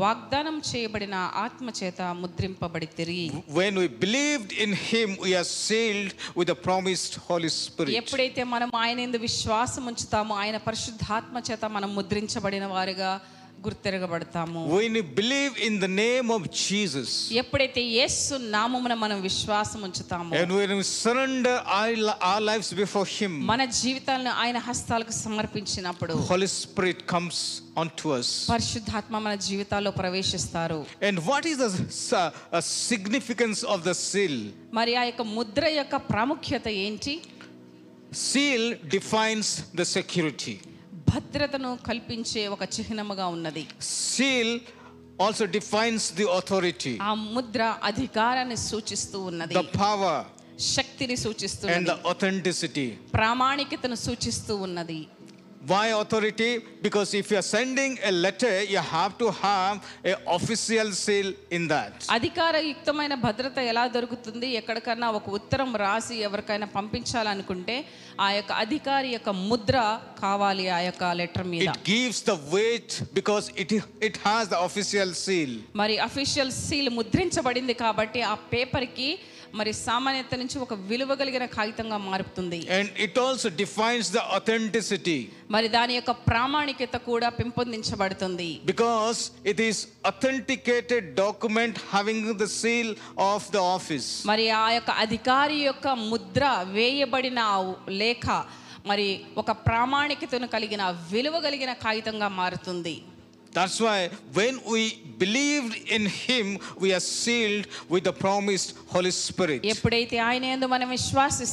S2: వాగ్దానం చేయబడిన ఆత్మ చేత ముద్రింపబడి తిరిగి
S1: When we believed in him, we are sealed with the promised Holy Spirit.
S2: ఎప్పుడైతే మనం ఆయన ఎందు విశ్వాసం ఉంచుతామో ఆయన పరిశుద్ధాత్మ చేత మనం ముద్రించబడిన వారుగా గుర్తిరగబడతాము
S1: When we believe in the name of Jesus,
S2: ఎప్పుడైతే యేసు నామమున మనం విశ్వాసం ఉంచుతామో
S1: and when we surrender our li- our lives before him,
S2: మన జీవితాలను ఆయన హస్తాలకు సమర్పించినప్పుడు
S1: Holy Spirit comes onto us.
S2: పరిశుద్ధాత్మ మన జీవితాల్లో ప్రవేశిస్తారు
S1: And what is the s- uh, uh, significance of the seal?
S2: మరి ఆ యొక్క ముద్ర యొక్క ప్రాముఖ్యత ఏంటి
S1: Seal defines the security.
S2: భద్రతను కల్పించే ఒక చిహ్నముగా ఉన్నది
S1: Seal also defines the authority,
S2: ఆ ముద్ర అధికారాన్ని సూచిస్తూ ఉన్నది
S1: the power,
S2: శక్తిని సూచిస్తూ
S1: and
S2: ఉన్నది
S1: the authenticity.
S2: ప్రామాణికతను సూచిస్తూ ఉన్నది
S1: Why authority? Because if you are sending a letter, you have to have a official seal in that.
S2: అధికారయుక్తమైన భద్రత ఎలా దొరుకుతుంది ఎక్కడికన్నా ఒక ఉత్తరం రాసి ఎవరికైనా పంపించాలనుకుంటే ఆ యొక్క అధికారి యొక్క ముద్ర కావాలి ఆ యొక్క లెటర్ మీద
S1: It gives the weight because it, it has the official seal.
S2: మరి అఫీషియల్ సీల్ ముద్రించబడింది కాబట్టి ఆ పేపర్కి మరి సామాన్యత నుంచి ఒక విలువ కలిగిన కాగితంగా మారుతుంది
S1: And it also defines the authenticity.
S2: మరి దాని యొక్క ప్రామాణికత కూడా పెంపొందించబడుతుంది
S1: because it is authenticated document having the seal of the office
S2: మరి ఆ యొక్క అధికారి యొక్క ముద్ర వేయబడిన ఆ లేఖ మరి ఒక ప్రామాణికతను కలిగిన విలువ కలిగిన కాగితంగా మారుతుంది
S1: that's why when we believed in him we are sealed with the promised holy spirit
S2: ఎప్పుడైతే ఆయన యందు మనం విశ్వాసి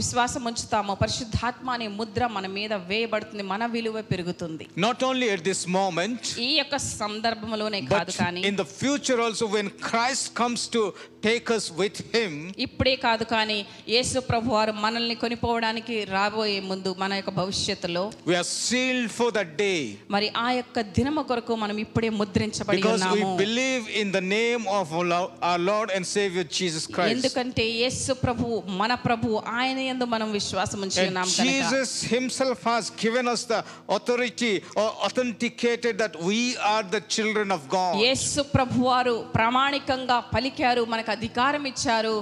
S2: విశ్వాసం ఉంచుతామో పరిశుద్ధాత్మ అనే ముద్ర మన మీద వేయబడుతుంది మన విలువ పెరుగుతుంది
S1: not only at this moment
S2: ఈ యొక్క సందర్భంలోనే
S1: but
S2: కాదు కానీ
S1: in the future also when christ comes to take us with him
S2: ఇప్పుడే కాదు కానీ యేసు ప్రభు వారు మనల్ని కొనిపోవడానికి రాబోయే ముందు మన యొక్క భవిష్యత్తులో
S1: we are sealed for that day
S2: మరి ఆ యొక్క దినము కొరకు మనం ఇప్పుడే ముద్రించబడి
S1: because we
S2: ఉన్నాము
S1: believe in the name of our Lord- our lord and savior jesus christ
S2: ఎందుకంటే యేసు ప్రభు మన ప్రభు ఆయన యందు మనం విశ్వాసం ఉంచి
S1: And
S2: ఉన్నాం కనుక
S1: Jesus himself has given us the authority or authenticated that we are the children of God.
S2: యేసు ప్రభు వారు ప్రామాణికంగా పలికారు మనకు అధికారం ఇచ్చారు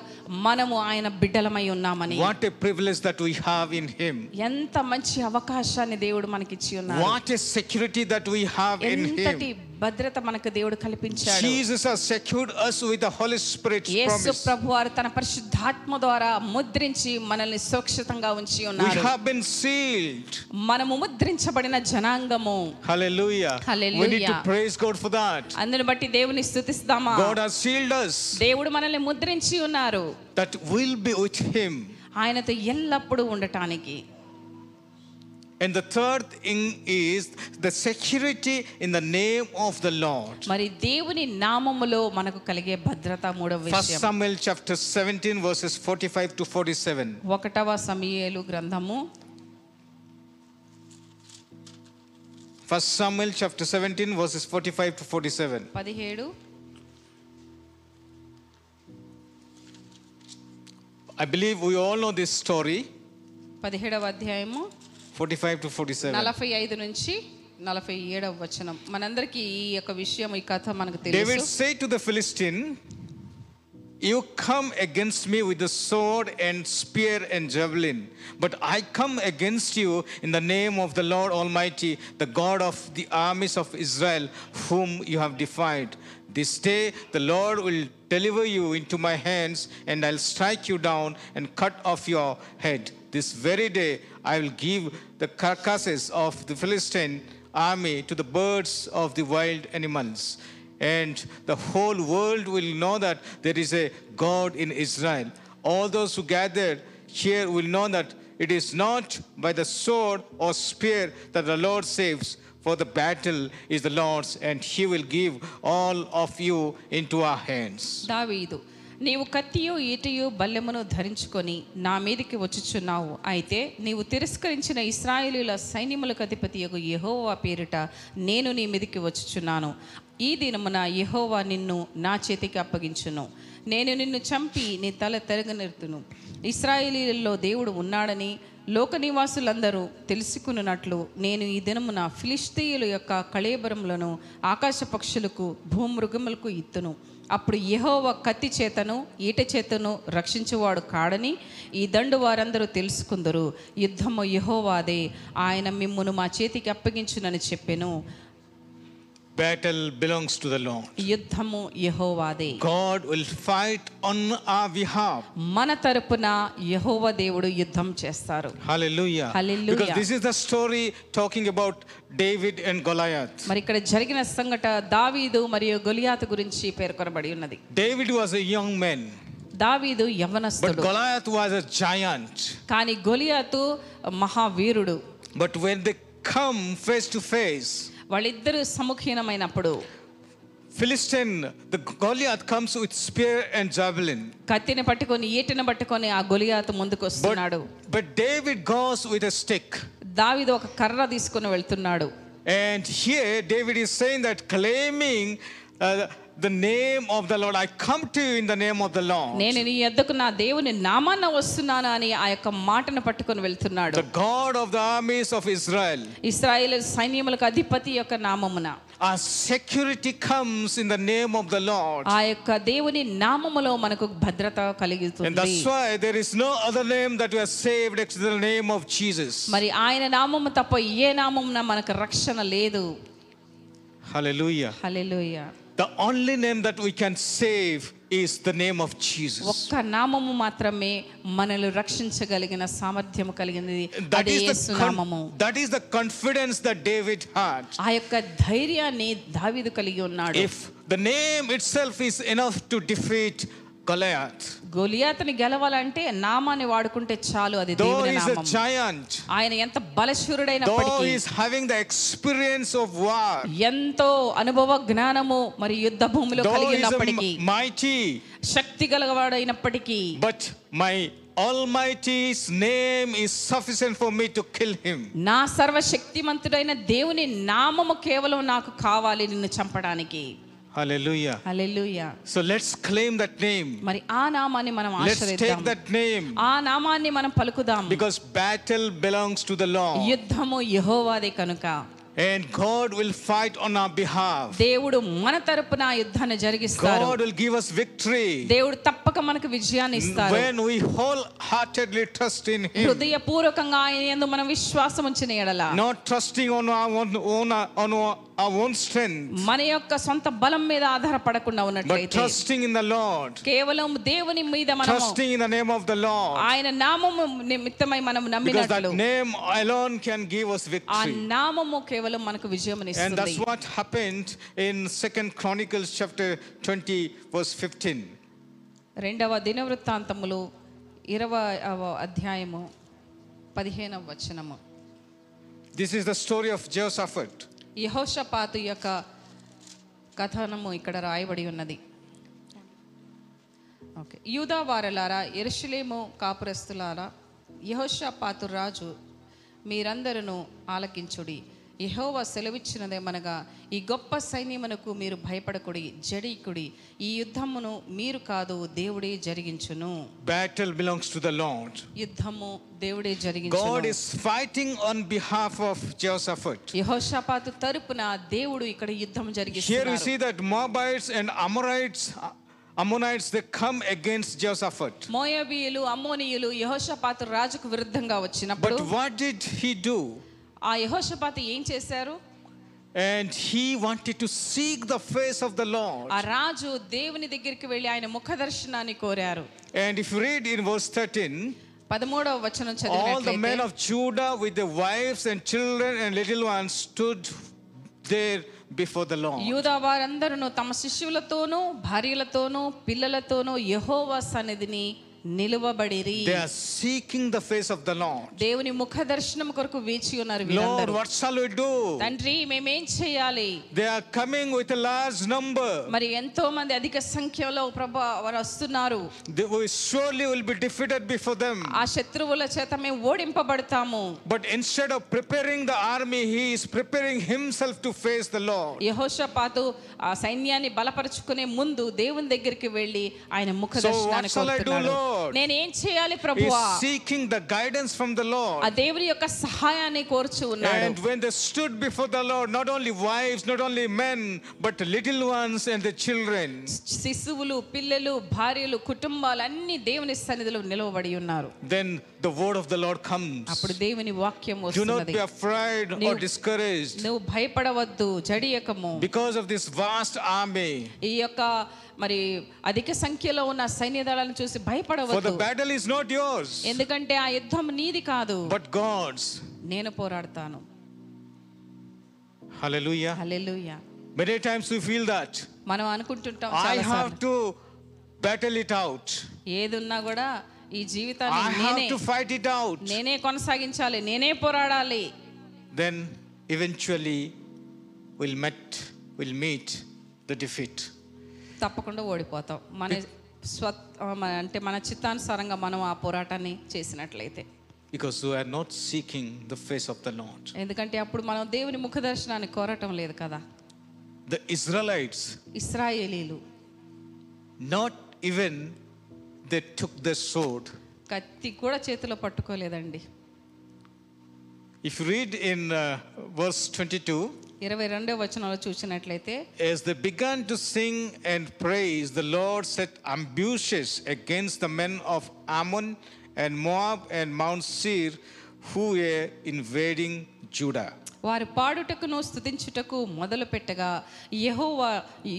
S2: మనము ఆయన బిడ్డలమై ఉన్నామని
S1: What a privilege that we have in him.
S2: ఎంత మంచి అవకాశాన్ని దేవుడు మనకిచ్చి ఉన్నారు
S1: What a security that we have in
S2: ఎంతటి
S1: him.
S2: భద్రత మనకు దేవుడు కల్పించాడు
S1: Jesus has secured us with the Holy Spirit's
S2: Yesu
S1: promise.
S2: ప్రభు వారు తన పరిశుద్ధాత్మ ద్వారా ముద్రించి మనల్ని సురక్షితంగా ఉంచి
S1: We
S2: ఉన్నారు
S1: have been sealed.
S2: మనము ముద్రించబడిన జనాంగము
S1: Hallelujah. We need to
S2: Hallelujah. Ah.
S1: praise God for that.
S2: అందును బట్టి దేవుని స్థుతిస్తామా
S1: God has sealed us
S2: దేవుడు మనల్ని ముద్రించి ఉన్నారు
S1: that we'll be with Him.
S2: ఆయనతో ఎల్లప్పుడూ ఉండటానికి
S1: And the third thing is the security in the name of the Lord.
S2: మరి దేవుని నామములో మనకు కలిగే భద్రత మూడవ
S1: First
S2: విషయం
S1: Samuel chapter 17, verses 45 to 47.
S2: ఒకటవ సమయలు గ్రంథము
S1: First Samuel chapter 17, verses 45 to 47.
S2: పదిహేడు
S1: I believe we all know this story.
S2: పదిహేడవ అధ్యాయము
S1: 45 to 47.
S2: నలభై ఐదు నుంచి నలభై ఏడవ వచనం మనందరికీ ఈ యొక్క విషయం ఈ కథ మనకు
S1: David
S2: తెలుసు
S1: said to the Philistine, You come against me with the sword and spear and javelin, but I come against you in the name of the Lord Almighty, the God of the armies of Israel, whom you have defied. This day the Lord will deliver you into my hands, and I'll strike you down and cut off your head. This very day I will give the carcasses of the Philistine army to the birds of the wild animals and the whole world will know that there is a God in Israel. All those who gather here will know that it is not by the sword or spear that the Lord saves, for the battle is the Lord's, and He will give all of you into our hands.
S2: దావీదు నీవు కత్తియు ఈటయు బల్లెమును ధరించుకొని నా మీదికి వచ్చుచున్నావు అయితే నీవు తిరస్కరించిన ఇస్రాయేలీల సైన్యములకు అధిపతియగు యెహోవా పేరిట నేను నీ మీదికి వచ్చుచున్నాను ఈ దినమున యెహోవా నిన్ను నా చేతికి అప్పగించును నేను నిన్ను చంపి నీ తల తిరగనెత్తును ఇస్రాయేలీలలో దేవుడు ఉన్నాడని లోక నివాసులందరూ తెలుసుకున్నట్లు నేను ఈ దినమున ఫిలిస్తీయుల యొక్క కళేబరములను ఆకాశ పక్షులకు భూమృగములకు ఇత్తును అప్పుడు యెహోవా కత్తి చేతను ఈట చేతను రక్షించువాడు కాడని ఈ దండు వారందరూ తెలుసుకుందరు యుద్ధము యెహోవాదే ఆయన మిమ్మును మా చేతికి అప్పగించునని చెప్పెను
S1: Battle belongs to the Lord.
S2: యుద్ధము యెహోవాదే
S1: God will fight on our behalf.
S2: మన తరపున యెహోవా దేవుడు యుద్ధం చేస్తారు
S1: Hallelujah.
S2: Hallelujah.
S1: Because this is the story talking about David and Goliath.
S2: మరి ఇక్కడ జరిగిన సంఘట దావీదు మరియు గొలియాతు గురించి పేర్కొనబడి ఉన్నది
S1: David was a young man.
S2: దావీదు
S1: But
S2: యవనస్తుడు
S1: Goliath was a giant.
S2: కానీ గొలియాతు మహావీరుడు
S1: But when they come face to face,
S2: వాళ్ళిద్దరూ సముఖీనమైనప్పుడు
S1: Philistine, the Goliath comes with spear and javelin.
S2: కత్తిని పట్టుకొని ఈటెను పట్టుకొని ఆ గొలియాతు ముందుకు వస్తున్నాడు
S1: But, but David goes with a stick.
S2: దావీదు ఒక కర్ర తీసుకుని వెళ్తున్నాడు
S1: And here David is saying that claiming uh, the name of the Lord, I come to you in the name of the Lord.
S2: నేను నీ యొద్దకు నా దేవుని నామాన వస్తున్నాను అని ఆ యొక్క మాటను పట్టుకొని వెళ్తున్నాడు
S1: The God of the armies of Israel.
S2: Israel సైన్యములకు అధిపతి యొక్క నామమున
S1: Our security comes in the name of the Lord.
S2: ఆ యొక్క దేవుని నామములో మనకు భద్రత
S1: And
S2: కలుగుతుంది
S1: that's why there is no other name that we are saved except the name of Jesus.
S2: మరి ఆయన నామము తప్ప ఏ నామమున మనకు రక్షణ లేదు
S1: Hallelujah.
S2: Hallelujah
S1: The only name that we can save is the name of Jesus.
S2: ఒక్క నామము మాత్రమే మనల్ని రక్షించగలిగిన సామర్థ్యం కలిగినది
S1: That
S2: అదే
S1: is,
S2: యేసు
S1: the
S2: నామము
S1: con- that is the confidence that David had.
S2: ఆ యొక్క ధైర్యాన్ని దావీదు కలిగి ఉన్నాడు
S1: If the name itself is enough to defeat Goliath,
S2: గొలియాతని గెలవాలంటే నామాన్ని వాడుకుంటే చాలు అది
S1: though
S2: దేవుని
S1: he's a
S2: నామం
S1: giant,
S2: ఆయన ఎంత
S1: though
S2: బలశూరుడైనప్పటికీ
S1: he's having the experience of war,
S2: ఎంతో అనుభవ జ్ఞానము మరి యుద్ధ భూమిలో
S1: though
S2: కలిగి
S1: he's a
S2: ఉన్నప్పటికీ
S1: m- mighty,
S2: Shakti గలవాడైనప్పటికీ
S1: but my Almighty's name is sufficient for me to kill him.
S2: నా సర్వశక్తిమంతుడైన దేవుని నామము కేవలం నాకు కావాలి నిన్ను చంపడానికి
S1: Hallelujah.
S2: Hallelujah
S1: So let's claim that name.
S2: మరి ఆ నామాన్ని మనం
S1: Let's take
S2: ఆశ్రయిద్దాం
S1: that name.
S2: ఆ నామాన్ని మనం పలుకుదాం
S1: Because battle belongs to the Lord.
S2: యుద్ధము యెహోవాదే కనుక
S1: And God will fight on our behalf.
S2: దేవుడు మన తరపున ఆ యుద్ధాన్ని జరిగిస్తారు
S1: God will give us victory
S2: దేవుడు తప్పక మనకు విజయాన్ని ఇస్తారు
S1: when we wholeheartedly trust in Him.
S2: హృదయపూర్వకంగా ఆయన యందు మనం విశ్వాసం ఉంచిన ఎడల
S1: Not trusting on our own, own- on our our own strength,
S2: మన యొక్క సొంత బలం మీద ఆధారపడకుండా
S1: but
S2: ఉన్నట్లయితే
S1: trusting in the Lord.
S2: కేవలం దేవుని మీద మనము
S1: Trusting in the name of the Lord.
S2: ఆయన నామము నిమిత్తమై మనం
S1: Because
S2: నమ్మినట్లు
S1: that name alone can give us
S2: ఆ
S1: victory.
S2: నామము కేవలం మనకు విజయం
S1: And
S2: ఇస్తుంది
S1: that's what happened in Second Chronicles chapter 20, verse 15.
S2: రెండవ దినవృత్తాంతములు ఇరవై అధ్యాయము పదిహేనవ వచనము
S1: This is the story of Jehoshaphat.
S2: యహోషపాతు యొక్క కథనము ఇక్కడ రాయబడి ఉన్నది ఓకే యూదా వారలారా ఎరుషులేము కాపురస్తులారా యహోషపాతు రాజు మీరందరూ ఆలకించుడి యహోవా సెలవిచ్చినదేమనగా ఈ గొప్ప సైన్యమునకు మీరు భయపడకుడి జడీకుడి ఈ యుద్ధమును మీరు కాదు దేవుడే జరిగించును
S1: Battle belongs to the Lord.
S2: యుద్ధము దేవుడే
S1: God
S2: జరిగించును
S1: is fighting on behalf of Jehoshaphat.
S2: యహోషపాతు తరపున దేవుడు ఇక్కడ యుద్ధం
S1: Here we
S2: జరిగిస్తున్నారు
S1: see that Moabites and Amorites, Ammonites, they come against Jehoshaphat.
S2: మోయాబీయులు అమ్మోనీయులు యహోషపాతు రాజుకు విరుద్ధంగా వచ్చినప్పుడు
S1: But what did he do?
S2: ఆ యహోషపాతు ఏం చేశారు
S1: And he wanted to seek the face of the Lord.
S2: ఆ రాజు దేవుని దగ్గరికి వెళ్ళి ఆయన ముఖ దర్శనాన్ని కోరారు
S1: And if you read in verse 13,
S2: పదమూడవ వచనం
S1: All the men
S2: చదివినట్లయితే
S1: of Judah with their wives and children and little ones stood there before the Lord.
S2: యూదా వారందరూ తమ శిష్యులతోనూ భార్యలతోనూ పిల్లలతోనూ యహోవా సన్నిధిని నిలువబడిరి
S1: They are seeking the face of the Lord.
S2: దేవుని ముఖ దర్శనం కొరకు వేచి ఉన్నారు
S1: Lord,
S2: వీరందరూ
S1: what shall we do?
S2: తండ్రి మేమేం చేయాలి
S1: They are coming with a large number.
S2: మరి ఎంతో మంది అధిక సంఖ్యలో ప్రభా వారు వస్తున్నారు
S1: They will surely will be defeated before them.
S2: ఆ శత్రువుల చేత మేము ఓడింపబడతాము
S1: But instead of preparing the army, he is preparing himself to face the Lord.
S2: యహోషపాతు ఆ సైన్యాన్ని బలపరుచుకునే ముందు దేవుని దగ్గరికి వెళ్ళి ఆయన ముఖ
S1: So
S2: దర్శనాన్ని
S1: what shall I do,
S2: కోరుతున్నాడు.
S1: Lord?
S2: నేనేం చేయాలి
S1: He
S2: ప్రభువా
S1: is seeking the guidance from the Lord.
S2: ఆ దేవుని యొక్క సహాయాన్ని కోరుచు ఉన్నాడు
S1: And when they stood before the Lord, not only wives, not only men, but little ones and the children,
S2: శిశువులు పిల్లలు భార్యలు కుటుంబాలు అన్ని దేవుని సన్నిధిలో నిలవబడి ఉన్నారు
S1: then the word of the Lord comes.
S2: అప్పుడు దేవుని వాక్యం
S1: Do not
S2: వస్తున్నది
S1: be afraid or discouraged
S2: నువ్వు భయపడవద్దు జడియకము
S1: because of this vast army.
S2: ఈ యొక్క మరి అధిక సంఖ్యలో ఉన్న సైన్య దళాలను చూసి
S1: For the
S2: భయపడవద్దు
S1: battle is not yours,
S2: ఎందుకంటే ఆ యుద్ధం నీది కాదు
S1: but God's.
S2: నేను పోరాడతాను
S1: Hallelujah.
S2: Hallelujah
S1: Many times we feel that
S2: మనం అనుకుంటుంటాం
S1: I
S2: చాలాసార్లు.
S1: have to battle it out,
S2: ఏది ఉన్నా కూడా ఈ జీవితాన్ని
S1: I
S2: నేనే
S1: have to fight it out.
S2: నేనే కొనసాగించాలి నేనే పోరాడాలి
S1: Then eventually we'll, met, we'll meet the defeat.
S2: తప్పకుండా ఓడిపోతాం మన స్వ అంటే మన చిత్తానుసారంగా మనం ఆ పోరాటాన్ని చేసినట్లయితే
S1: Because we are not seeking the face of the Lord.
S2: ఎందుకంటే అప్పుడు మనం దేవుని ముఖ దర్శనాన్ని కోరటం లేదు కదా
S1: The Israelites,
S2: ఇస్రాయేలీలు
S1: not even they took their sword.
S2: కత్తి కూడా చేతిలో పట్టుకోలేదండి
S1: If you read in uh, verse 22,
S2: ఇరవై రెండో వచనంలో చూసినట్లయితే
S1: as they began to sing and praise, the Lord set ambushes against the men of Ammon and Moab and Mount Seir who were invading Judah.
S2: వారు పాడుటకును స్థుతించుటకు మొదలు పెట్టగా యెహోవా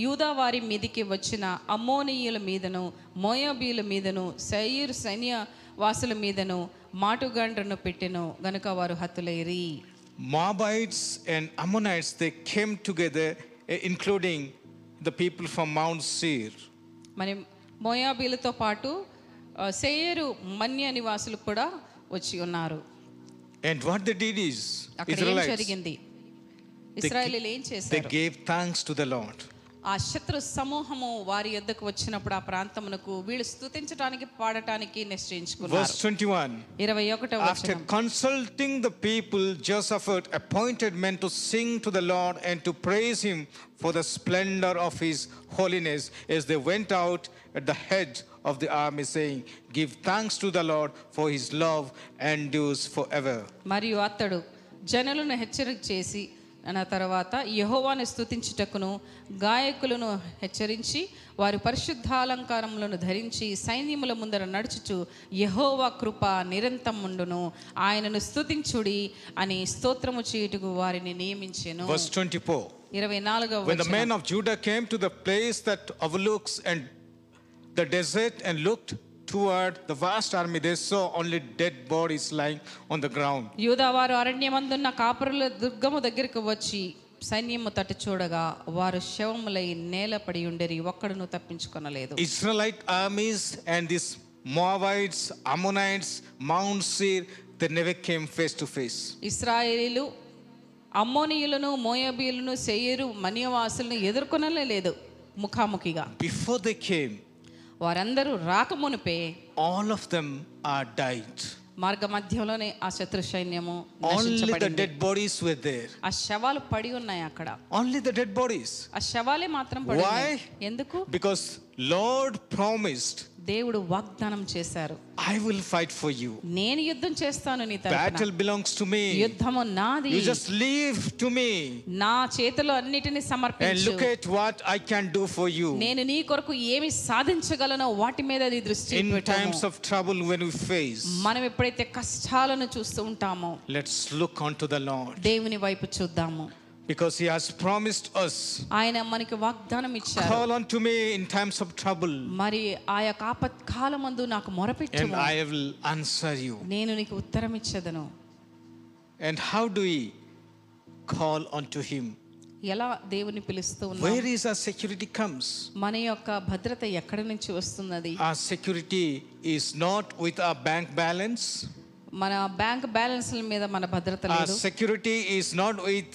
S2: యూదా వారి మీదికి వచ్చిన అమ్మోనీయుల మీదను మోయాబీయుల మీదను సైర్ సైన్య వాసుల మీదను మాటుగండ్రను పెట్టెను గనుక వారు హతులైరి
S1: Moabites and Ammonites, they came together, eh, including the people from Mount Seir.
S2: మరి మోయాబీలతో పాటు ఆ, శేయరు మన్య నివాసులు కూడా వచ్చి ఉన్నారు
S1: And what they did is,
S2: అక్కడ ఏం
S1: Israelites,
S2: జరిగింది ఇస్రాయేలీలు ఏం
S1: they
S2: చేశారు
S1: gave thanks to the Lord.
S2: ఆ శత్రు సమూహము వారి యొద్దకు వచ్చినప్పుడు ఆ ప్రాంతమునకు వీళ్ళు స్థుతించడానికి పాడటానికి నిశ్చయించుకున్నారు
S1: Verse 21
S2: ఇరవై ఒకటవ
S1: After
S2: వచనం
S1: consulting the people, Jehoshaphat appointed men to sing to the Lord and to praise him for the splendor of his holiness as they went out at the head of the army, saying, Give thanks to the Lord, for his love endures forever.
S2: మరియు అతడు జనులను హెచ్చరిక చేసి అన్న తర్వాత యహోవాను స్తుతించుటకును గాయకులను హెచ్చరించి వారి పరిశుద్ధాలంకారములను ధరించి సైన్యముల ముందర నడుచుచు యహోవా కృప నిరంతముండును ఆయనను స్తుతించుడి అని స్తోత్రము చేయుటకు వారిని నియమించెను
S1: Verse 24.
S2: ఇరవై నాలుగవ
S1: When the
S2: వచనం.
S1: men of Judah came to the place that overlooks and the desert and looked toward the vast army, they saw only dead bodies lying on the ground.
S2: యూదావారు అరణ్యమందున్న కాపరుల దుర్గము దగ్గరికి వచ్చి సైన్యము తట్టు చూడగా వారు శవములై నేలపడి ఉండేరి ఒక్కడును తప్పించుకొనలేదు
S1: Israelite armies and these Moabites, Ammonites, Mount Seir, they never came face to face.
S2: ఇస్రాయేలీలు అమ్మోనీయులను మోయాబీయులను శేయరు మనియవాసులను ఎదుర్కొనలే లేదు ముఖాముఖిగా
S1: Before they came,
S2: వారందరూ రాకమునిపే
S1: all of them are died.
S2: మార్గ మధ్యంలోనే ఆ శత్రు సైన్యము
S1: Only the
S2: నశించబడింది
S1: dead bodies were there.
S2: ఆ శవాలు పడి ఉన్నాయి అక్కడ
S1: Only the dead bodies.
S2: ఆ శవాలే మాత్రం పడి ఉన్నాయి.
S1: Why?
S2: ఎందుకు
S1: Because Lord promised,
S2: దేవుడు వాగ్దానం చేశారు
S1: I will fight for you.
S2: నేను యుద్ధం చేస్తాను నీ తరపున
S1: Battle belongs to me.
S2: యుద్ధము నాది
S1: You just leave to me
S2: నా చేతిలో అన్నిటిని
S1: and
S2: సమర్పించు
S1: look at what I can do for you.
S2: నేను నీ కొరకు ఏమి సాధించగలనో వాటి మీద నీ దృష్టి
S1: In
S2: పెట్టము.
S1: times of trouble, when we face,
S2: మనం ఎప్పుడైతే కష్టాలను చూస్తూ ఉంటామో
S1: let's look unto the Lord
S2: దేవుని వైపు చూద్దాము
S1: because He has promised us.
S2: ఆయన మనకి వాగ్దానం ఇచ్చారు
S1: Call unto me in times of trouble,
S2: మరి ఆ యొక్క ఆపత్కాలమందు నాకు
S1: and
S2: మొరపెట్టము
S1: I will answer you.
S2: నేను నీకు ఉత్తరం ఇచ్చదను
S1: And how do we call unto Him?
S2: ఎలా దేవుని పిలుస్తూ ఉన్నాం
S1: Where is our security comes?
S2: మన యొక్క భద్రత ఎక్కడి నుంచి వస్తున్నది
S1: Our security is not with our bank balance.
S2: మన బ్యాంక్ బ్యాలెన్స్ల మీద మన భద్రత
S1: Our
S2: లేదు
S1: security is not with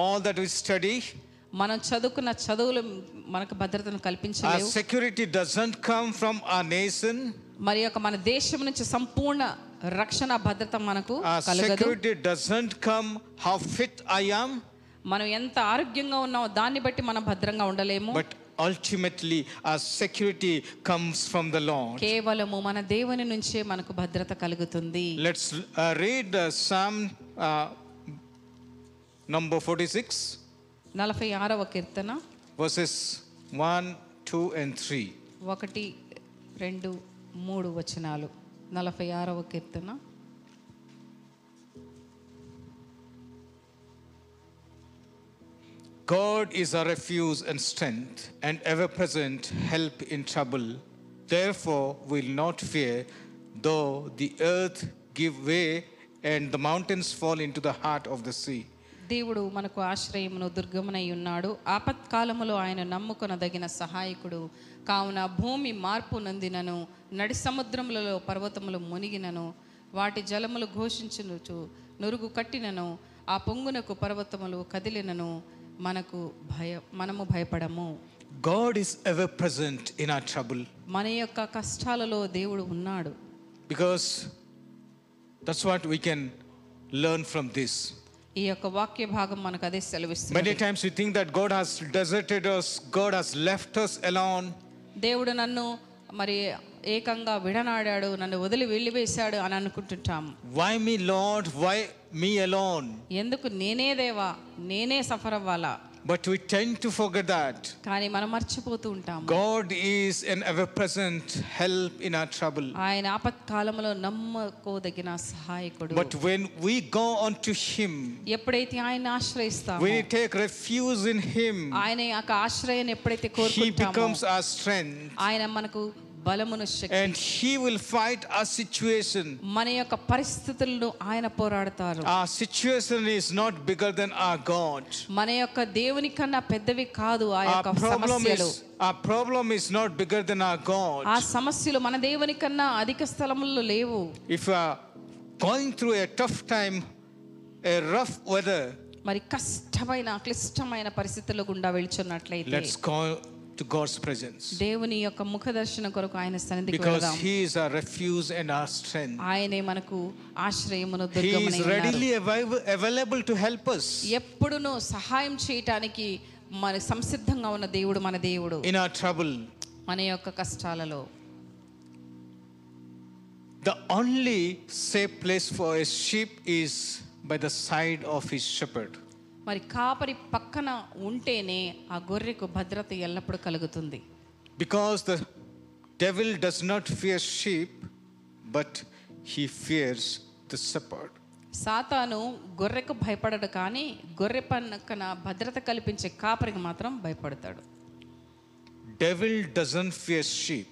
S1: all that we study.
S2: మనం చదువుకున్న చదువులు మనకు భద్రతను
S1: Our
S2: కల్పించలేవు
S1: security doesn't come from our nation.
S2: మరి యొక్క మన దేశం నుంచి సంపూర్ణ రక్షణ భద్రత మనకు
S1: Our
S2: కలగదు
S1: security doesn't come how fit I am,
S2: మనం ఎంత ఆరోగ్యంగా ఉన్నామో దాన్ని బట్టి మనం భద్రంగా ఉండలేము
S1: but ultimately our security comes from the Lord.
S2: కేవలము మన దేవుని నుంచే మనకు భద్రత కలుగుతుంది
S1: Let's uh, read uh, Psalm uh, number 46,
S2: నలభై ఆరవ కీర్తన
S1: verses 1, 2, and 3.
S2: ఒకటి రెండు మూడు వచనాలు నలభై ఆరవ కీర్తన
S1: God is our refuge and strength, and ever present help in trouble. Therefore, we will not fear, though the earth give way and the mountains fall into the heart of the sea.
S2: దేవుడు మనకు ఆశ్రయమును దుర్గమునై ఉన్నాడు ఆపత్కాలములో ఆయన నమ్ముకొనదగిన సహాయకుడు కావున భూమి మార్పు నందినను నడి సముద్రములలో పర్వతములు మునిగినను వాటి జలములు ఘోషించునుచు నురుగు కట్టినను ఆ పొంగునకు పర్వతములు కదిలినను మనకు భయ మనము భయపడము
S1: God is ever present in our trouble
S2: మన యొక్క కష్టాలలో దేవుడు ఉన్నాడు
S1: because that's what we can learn from this.
S2: ఈ యొక్క వాక్య భాగం మనకు అదే సెలవిస్తుంది
S1: Many times we think that God has deserted us, God has left us alone.
S2: దేవుడు నన్ను మరి ఏకంగా విడనాడాడు నన్ను వదిలి వెళ్ళివేశాడు అని అనుకుంటుంటాము
S1: Why me, Lord? Why me alone?
S2: ఎందుకు నేనే దేవా నేనే సఫర్ అవ్వాలా
S1: But we tend to forget that.
S2: కానీ మనం మర్చిపోతూ ఉంటాము
S1: God is an ever present help in our trouble.
S2: ఆయన ఆపత్కాలంలో నమ్మకోదగిన సహాయకుడు
S1: But when we go unto Him,
S2: ఎప్పుడైతే ఆయన ఆశ్రయిస్తామో
S1: when we take refuge in Him,
S2: ఆయన యొక్క ఆశ్రయాన్ని ఎప్పుడైతే
S1: He
S2: కోరుకుంటామో
S1: becomes our strength
S2: ఆయన మనకు బలమును శక్తి
S1: and He will fight our situation.
S2: మన యొక్క పరిస్థితులను ఆయన పోరాడతారు
S1: Our situation is not bigger than our God.
S2: మన యొక్క దేవుని కన్నా పెద్దవి కాదు ఆ
S1: Our
S2: యొక్క
S1: problem
S2: సమస్యలు
S1: is, our problem is not bigger than our
S2: ఆ
S1: God.
S2: సమస్యలు మన దేవుని కన్నా అధిక స్థలముల్లో లేవు
S1: If you are going through a tough time, a rough weather,
S2: మరి కష్టమైన క్లిష్టమైన పరిస్థితుల గుండా వెళ్చున్నట్లయితే
S1: let's go to God's presence.
S2: దేవుని యొక్క ముఖ దర్శన కొరకు ఆయన సన్నిధికి
S1: Because
S2: వెళదాం
S1: He is our refuge and our strength.
S2: ఆయనే మనకు ఆశ్రయమును
S1: He is
S2: దుర్గమునైనారు
S1: readily avail- available to help us
S2: ఎప్పుడును సహాయం చేయటానికి మన సంసిద్ధంగా ఉన్న దేవుడు మన దేవుడు
S1: in our trouble.
S2: మన యొక్క కష్టాలలో
S1: The only safe place for a sheep is by the side of his shepherd.
S2: మరి కాపరి పక్కన ఉంటేనే ఆ గొర్రెకు భద్రత ఎల్లప్పుడూ కలుగుతుంది
S1: Because the devil does not fear sheep, but he fears the shepherd.
S2: సాతాను గొర్రెకు భయపడడు కానీ గొర్రె పక్కన భద్రత కల్పించే కాపరికి మాత్రం భయపడతాడు
S1: Devil doesn't fear sheep,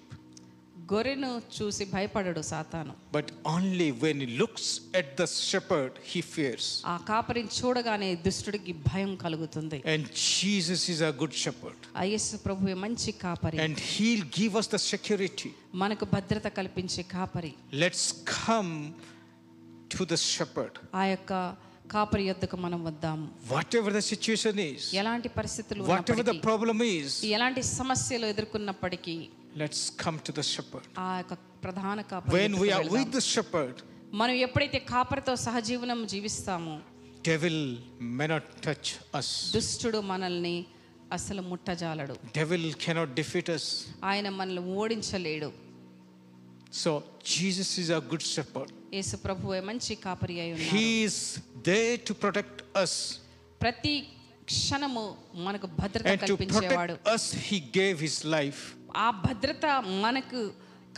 S2: గొర్రెను చూసి భయపడడు సాతాను
S1: but only when he looks at the shepherd, he fears.
S2: ఆ కాపరిని చూడగానే దుష్టుడికి భయం కలుగుతుంది
S1: And Jesus is a good shepherd.
S2: ఆ యేసు ప్రభువే మంచి కాపరి
S1: And he'll give us the security.
S2: మనకు భద్రత కల్పించే కాపరి
S1: Let's come to the shepherd.
S2: ఆ యొక్క కాపరి యొద్దకు మనం వద్దాము
S1: Whatever the situation is,
S2: ఎలాంటి పరిస్థితులు
S1: whatever the
S2: ఉన్నప్పటికీ,
S1: problem is,
S2: ఎలాంటి సమస్యలు ఎదుర్కొన్నప్పటికీ
S1: let's come to the shepherd.
S2: ఆ యొక్క ప్రధాన కాపరి
S1: When we
S2: యొద్దకు
S1: are
S2: వెళ్దాం.
S1: with the shepherd,
S2: మనం ఎప్పుడైతే కాపరితో సహజీవనం జీవిస్తామో
S1: devil may not touch us.
S2: దుష్టుడు మనల్ని అసలు ముట్టజాలడు
S1: Devil cannot defeat us.
S2: ఆయన మనల్ని ఓడించలేడు
S1: So Jesus is a good shepherd.
S2: యేసు ప్రభువే మంచి కాపరి అయి ఉన్నాడు
S1: He is there to protect us.
S2: ప్రతి క్షణము మనకు భద్రత
S1: And to
S2: కల్పించేవాడు
S1: protect us, he gave his life.
S2: ఆ భద్రత మనకు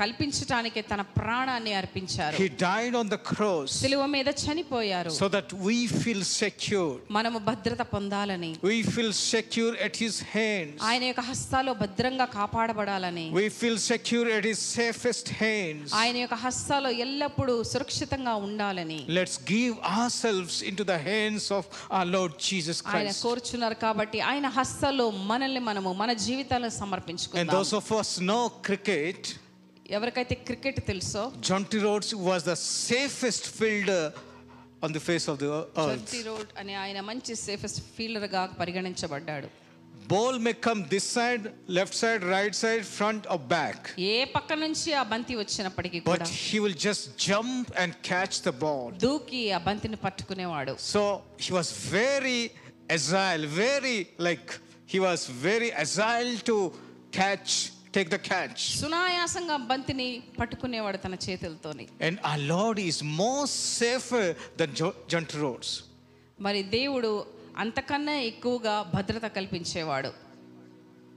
S2: కల్పించటానికే తన ప్రాణాన్ని అర్పించారు
S1: He died on the cross
S2: సిలువ మీద చనిపోయారు
S1: so that we feel secure.
S2: మనము భద్రత పొందాలని
S1: We feel secure at his hands.
S2: ఆయన యొక్క హస్తాలు భద్రంగా కాపాడబడాలని
S1: We feel secure at his safest hands.
S2: ఆయన యొక్క హస్తాలు ఎల్లప్పుడూ సురక్షితంగా ఉండాలని
S1: Let's give ourselves into the hands of our Lord Jesus
S2: ఆయన
S1: Christ.
S2: కోరుచున్నారు కాబట్టి ఆయన హస్తాల్లో మనల్ని మనము మన జీవితాలను
S1: And
S2: సమర్పించుకుందాం
S1: those of us know cricket,
S2: ఎవరికైతే క్రికెట్ తెలుసో
S1: Jonty Rhodes was the safest fielder on the face of the earth.
S2: Jonty Rhodes అనే ఆయన మంచి సేఫెస్ట్ ఫీల్డర్గా పరిగణించబడ్డాడు
S1: Ball may come this side, left side, right side, front or back.
S2: ఏ పక్క నుంచి ఆ బంతి వచ్చినప్పటికీ
S1: But
S2: కూడా
S1: he will just jump and catch the ball.
S2: దూకి ఆ బంతిని పట్టుకునేవాడు
S1: So he was very agile, very like he was very agile to catch, take the catch.
S2: సునాయాసంగా బంతిని పట్టుకునేవాడు తన చేతులతోని
S1: And our Lord is more safer than Jo- Jonty Rhodes.
S2: మరి దేవుడు అంతకన్నా ఎక్కువగా భద్రత కల్పించేవాడు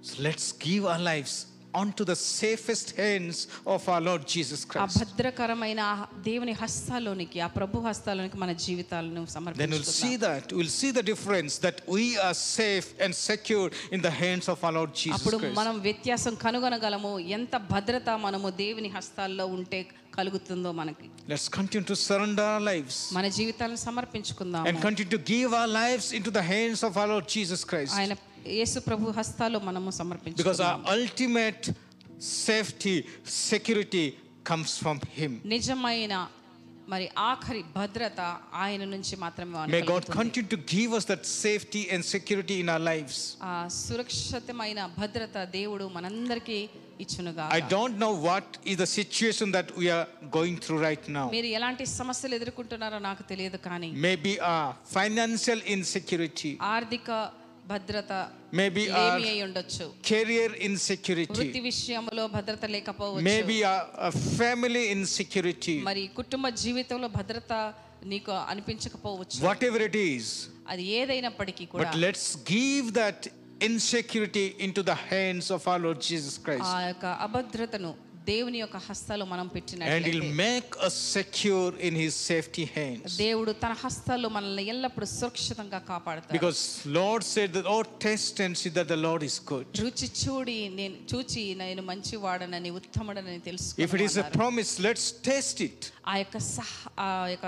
S1: So let's give our lives onto the safest hands of our Lord Jesus
S2: ఆ
S1: Christ.
S2: భద్రకరమైన ఆ దేవుని హస్తాలోనికి ఆ ప్రభు హస్తాలోనికి మన జీవితాలను
S1: Then we'll see
S2: సమర్పించుకుందాం
S1: that, we'll see the difference that we are safe and secure in the hands of our Lord Jesus
S2: అప్పుడు
S1: Christ.
S2: మనం వ్యత్యాసం కనుగొనగలము ఎంత భద్రత మనము దేవుని హస్తాల్లో ఉంటే కలుగుతుందో మనకి
S1: Let's continue to surrender our lives
S2: మన జీవితాలను సమర్పించుకుందాం
S1: and continue to give our lives into the hands of our Lord Jesus Christ.
S2: ఆయన యేసు ప్రభు హస్తాల్లో మనము
S1: Because
S2: సమర్పించుకుందాం
S1: our ultimate safety, security comes from Him.
S2: నిజమైన మరి ఆఖరి భద్రత ఆయన నుంచి మాత్రమే మనకు
S1: May God
S2: కలుగుతుంది.
S1: continue to give us that safety and security in our lives.
S2: ఆ సురక్షితమైన భద్రత దేవుడు మనందరికీ ఇచ్చునుగా
S1: I don't know what is the situation that we are going through right now.
S2: మీరు ఎలాంటి సమస్యలు ఎదుర్కొంటున్నారో నాకు తెలియదు కానీ
S1: Maybe our financial insecurity,
S2: ఆర్థిక భద్రత
S1: maybe our
S2: లేమి అయి ఉండొచ్చు
S1: career insecurity,
S2: వృత్తి విషయంలో భద్రత లేకపోవచ్చు
S1: maybe our, our family insecurity,
S2: మరి కుటుంబ జీవితంలో భద్రత నీకు అనిపించకపోవచ్చు
S1: whatever it is.
S2: అది ఏదైనప్పటికీ కూడా
S1: But let's give that insecurity into the hands of our Lord Jesus
S2: ఆ
S1: Christ.
S2: యొక్క అభద్రతను దేవుని యొక్క హస్తాలు మనం
S1: And
S2: పెట్టినట్లయితే
S1: He'll make us secure in His safety hands.
S2: దేవుడు తన హస్తాల్లో మనల్ని ఎల్లప్పుడూ సురక్షితంగా కాపాడతాడు
S1: Because Lord said that, oh, test and see that the Lord is good.
S2: రుచి చూడి నేను చూచి నేను మంచివాడనని ఉత్తముడనని
S1: If it is a
S2: తెలుసుకున్నాను
S1: promise, let's test it.
S2: ఆ యొక్క సహ ఆ యొక్క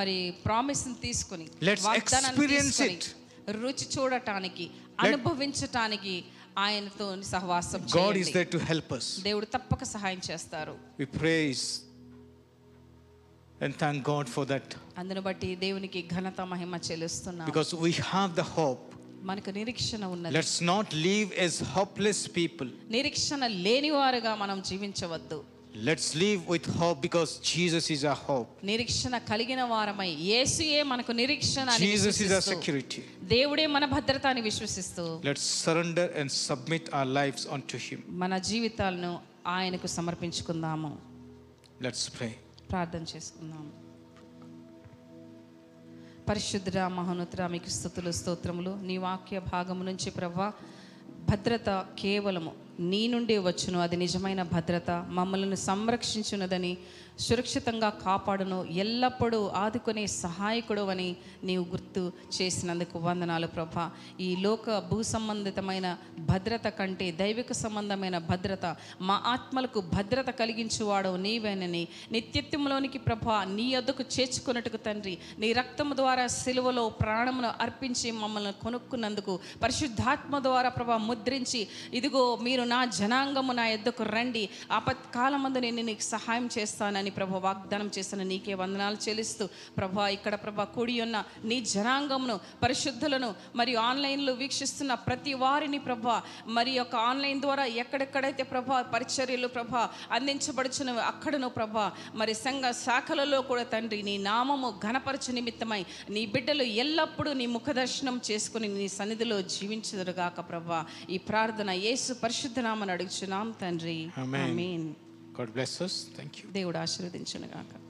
S2: మరి ప్రామిస్ తీసుకుని
S1: Let's
S2: వాగ్దానాన్ని
S1: experience
S2: తీసుకుని,
S1: it.
S2: రుచి చూడటానికి అనుభవించటానికి ఆయనతో సహవాసం
S1: God is
S2: చేయండి.
S1: there to help us.
S2: దేవుడు తప్పక సహాయం చేస్తారు
S1: We praise and thank God for that
S2: అందును బట్టి దేవునికి ఘనత మహిమ చెల్లిస్తున్నాం
S1: because we have the hope.
S2: మనకు నిరీక్షణ ఉన్నది
S1: Let's not live as hopeless people.
S2: నిరీక్షణ లేనివారుగా మనం జీవించవద్దు
S1: Let's live with hope because Jesus is our hope.
S2: నిరీక్షణ కలిగిన వారమై యేసుయే మనకు నిరీక్షణ అని
S1: Jesus is our
S2: విశ్వసిస్తూ,
S1: security.
S2: దేవుడే మన భద్రత అని విశ్వసిస్తూ
S1: Let's surrender and submit our lives unto Him.
S2: మన జీవితాలను ఆయనకు సమర్పించుకుందాము
S1: Let's pray.
S2: ప్రార్థన చేసుకుందాము పరిశుద్ధుడ మహోన్నతుడ మీకు స్థుతులు స్తోత్రములు నీ వాక్య భాగము నుంచి ప్రభా భద్రత కేవలము నీ నుండే వచ్చును అది నిజమైన భద్రత మమ్మల్ని సంరక్షించున్నదని సురక్షితంగా కాపాడును ఎల్లప్పుడూ ఆదుకునే సహాయకుడు అని నీవు గుర్తు చేసినందుకు వందనాలు ప్రభా ఈ లోక భూ సంబంధితమైన భద్రత కంటే దైవిక సంబంధమైన భద్రత మా ఆత్మలకు భద్రత కలిగించువాడు నీవేనని నిత్యత్వంలోనికి ప్రభా నీ యొద్దకు చేర్చుకున్నట్టుకు తండ్రి నీ రక్తము ద్వారా సిలువలో ప్రాణమును అర్పించి మమ్మల్ని కొనుక్కున్నందుకు పరిశుద్ధాత్మ ద్వారా ప్రభా ముద్రించి ఇదిగో మీరు నా జనాంగము నా యొద్దకు రండి ఆపత్కాలమందు నేను నీకు సహాయం చేస్తానని ప్రభా వాగ్దానం చేసిన నీకే వందనాలు చెల్లిస్తూ ప్రభా ఇక్కడ ప్రభా కూడి ఉన్న నీ జనాంగమును పరిశుద్ధులను మరియు ఆన్లైన్లో వీక్షిస్తున్న ప్రతి వారిని ప్రభా మరి యొక్క ఆన్లైన్ ద్వారా ఎక్కడెక్కడైతే ప్రభా పరిచర్యలు ప్రభా అందించబడుచున్న అక్కడను ప్రభా మరి సంఘ శాఖలలో కూడా తండ్రి నీ నామము ఘనపరచు నిమిత్తమై నీ బిడ్డలు ఎల్లప్పుడూ నీ ముఖదర్శనం చేసుకుని నీ సన్నిధిలో జీవించదురుగాక ప్రభా ఈ ప్రార్థన యేసు పరిశుద్ధ నామని అడుగుచున్నాం తండ్రి
S1: Amen.
S2: Amen
S1: God bless us. Thank you.
S2: దేవుడు ఆశీర్వదించునుగాక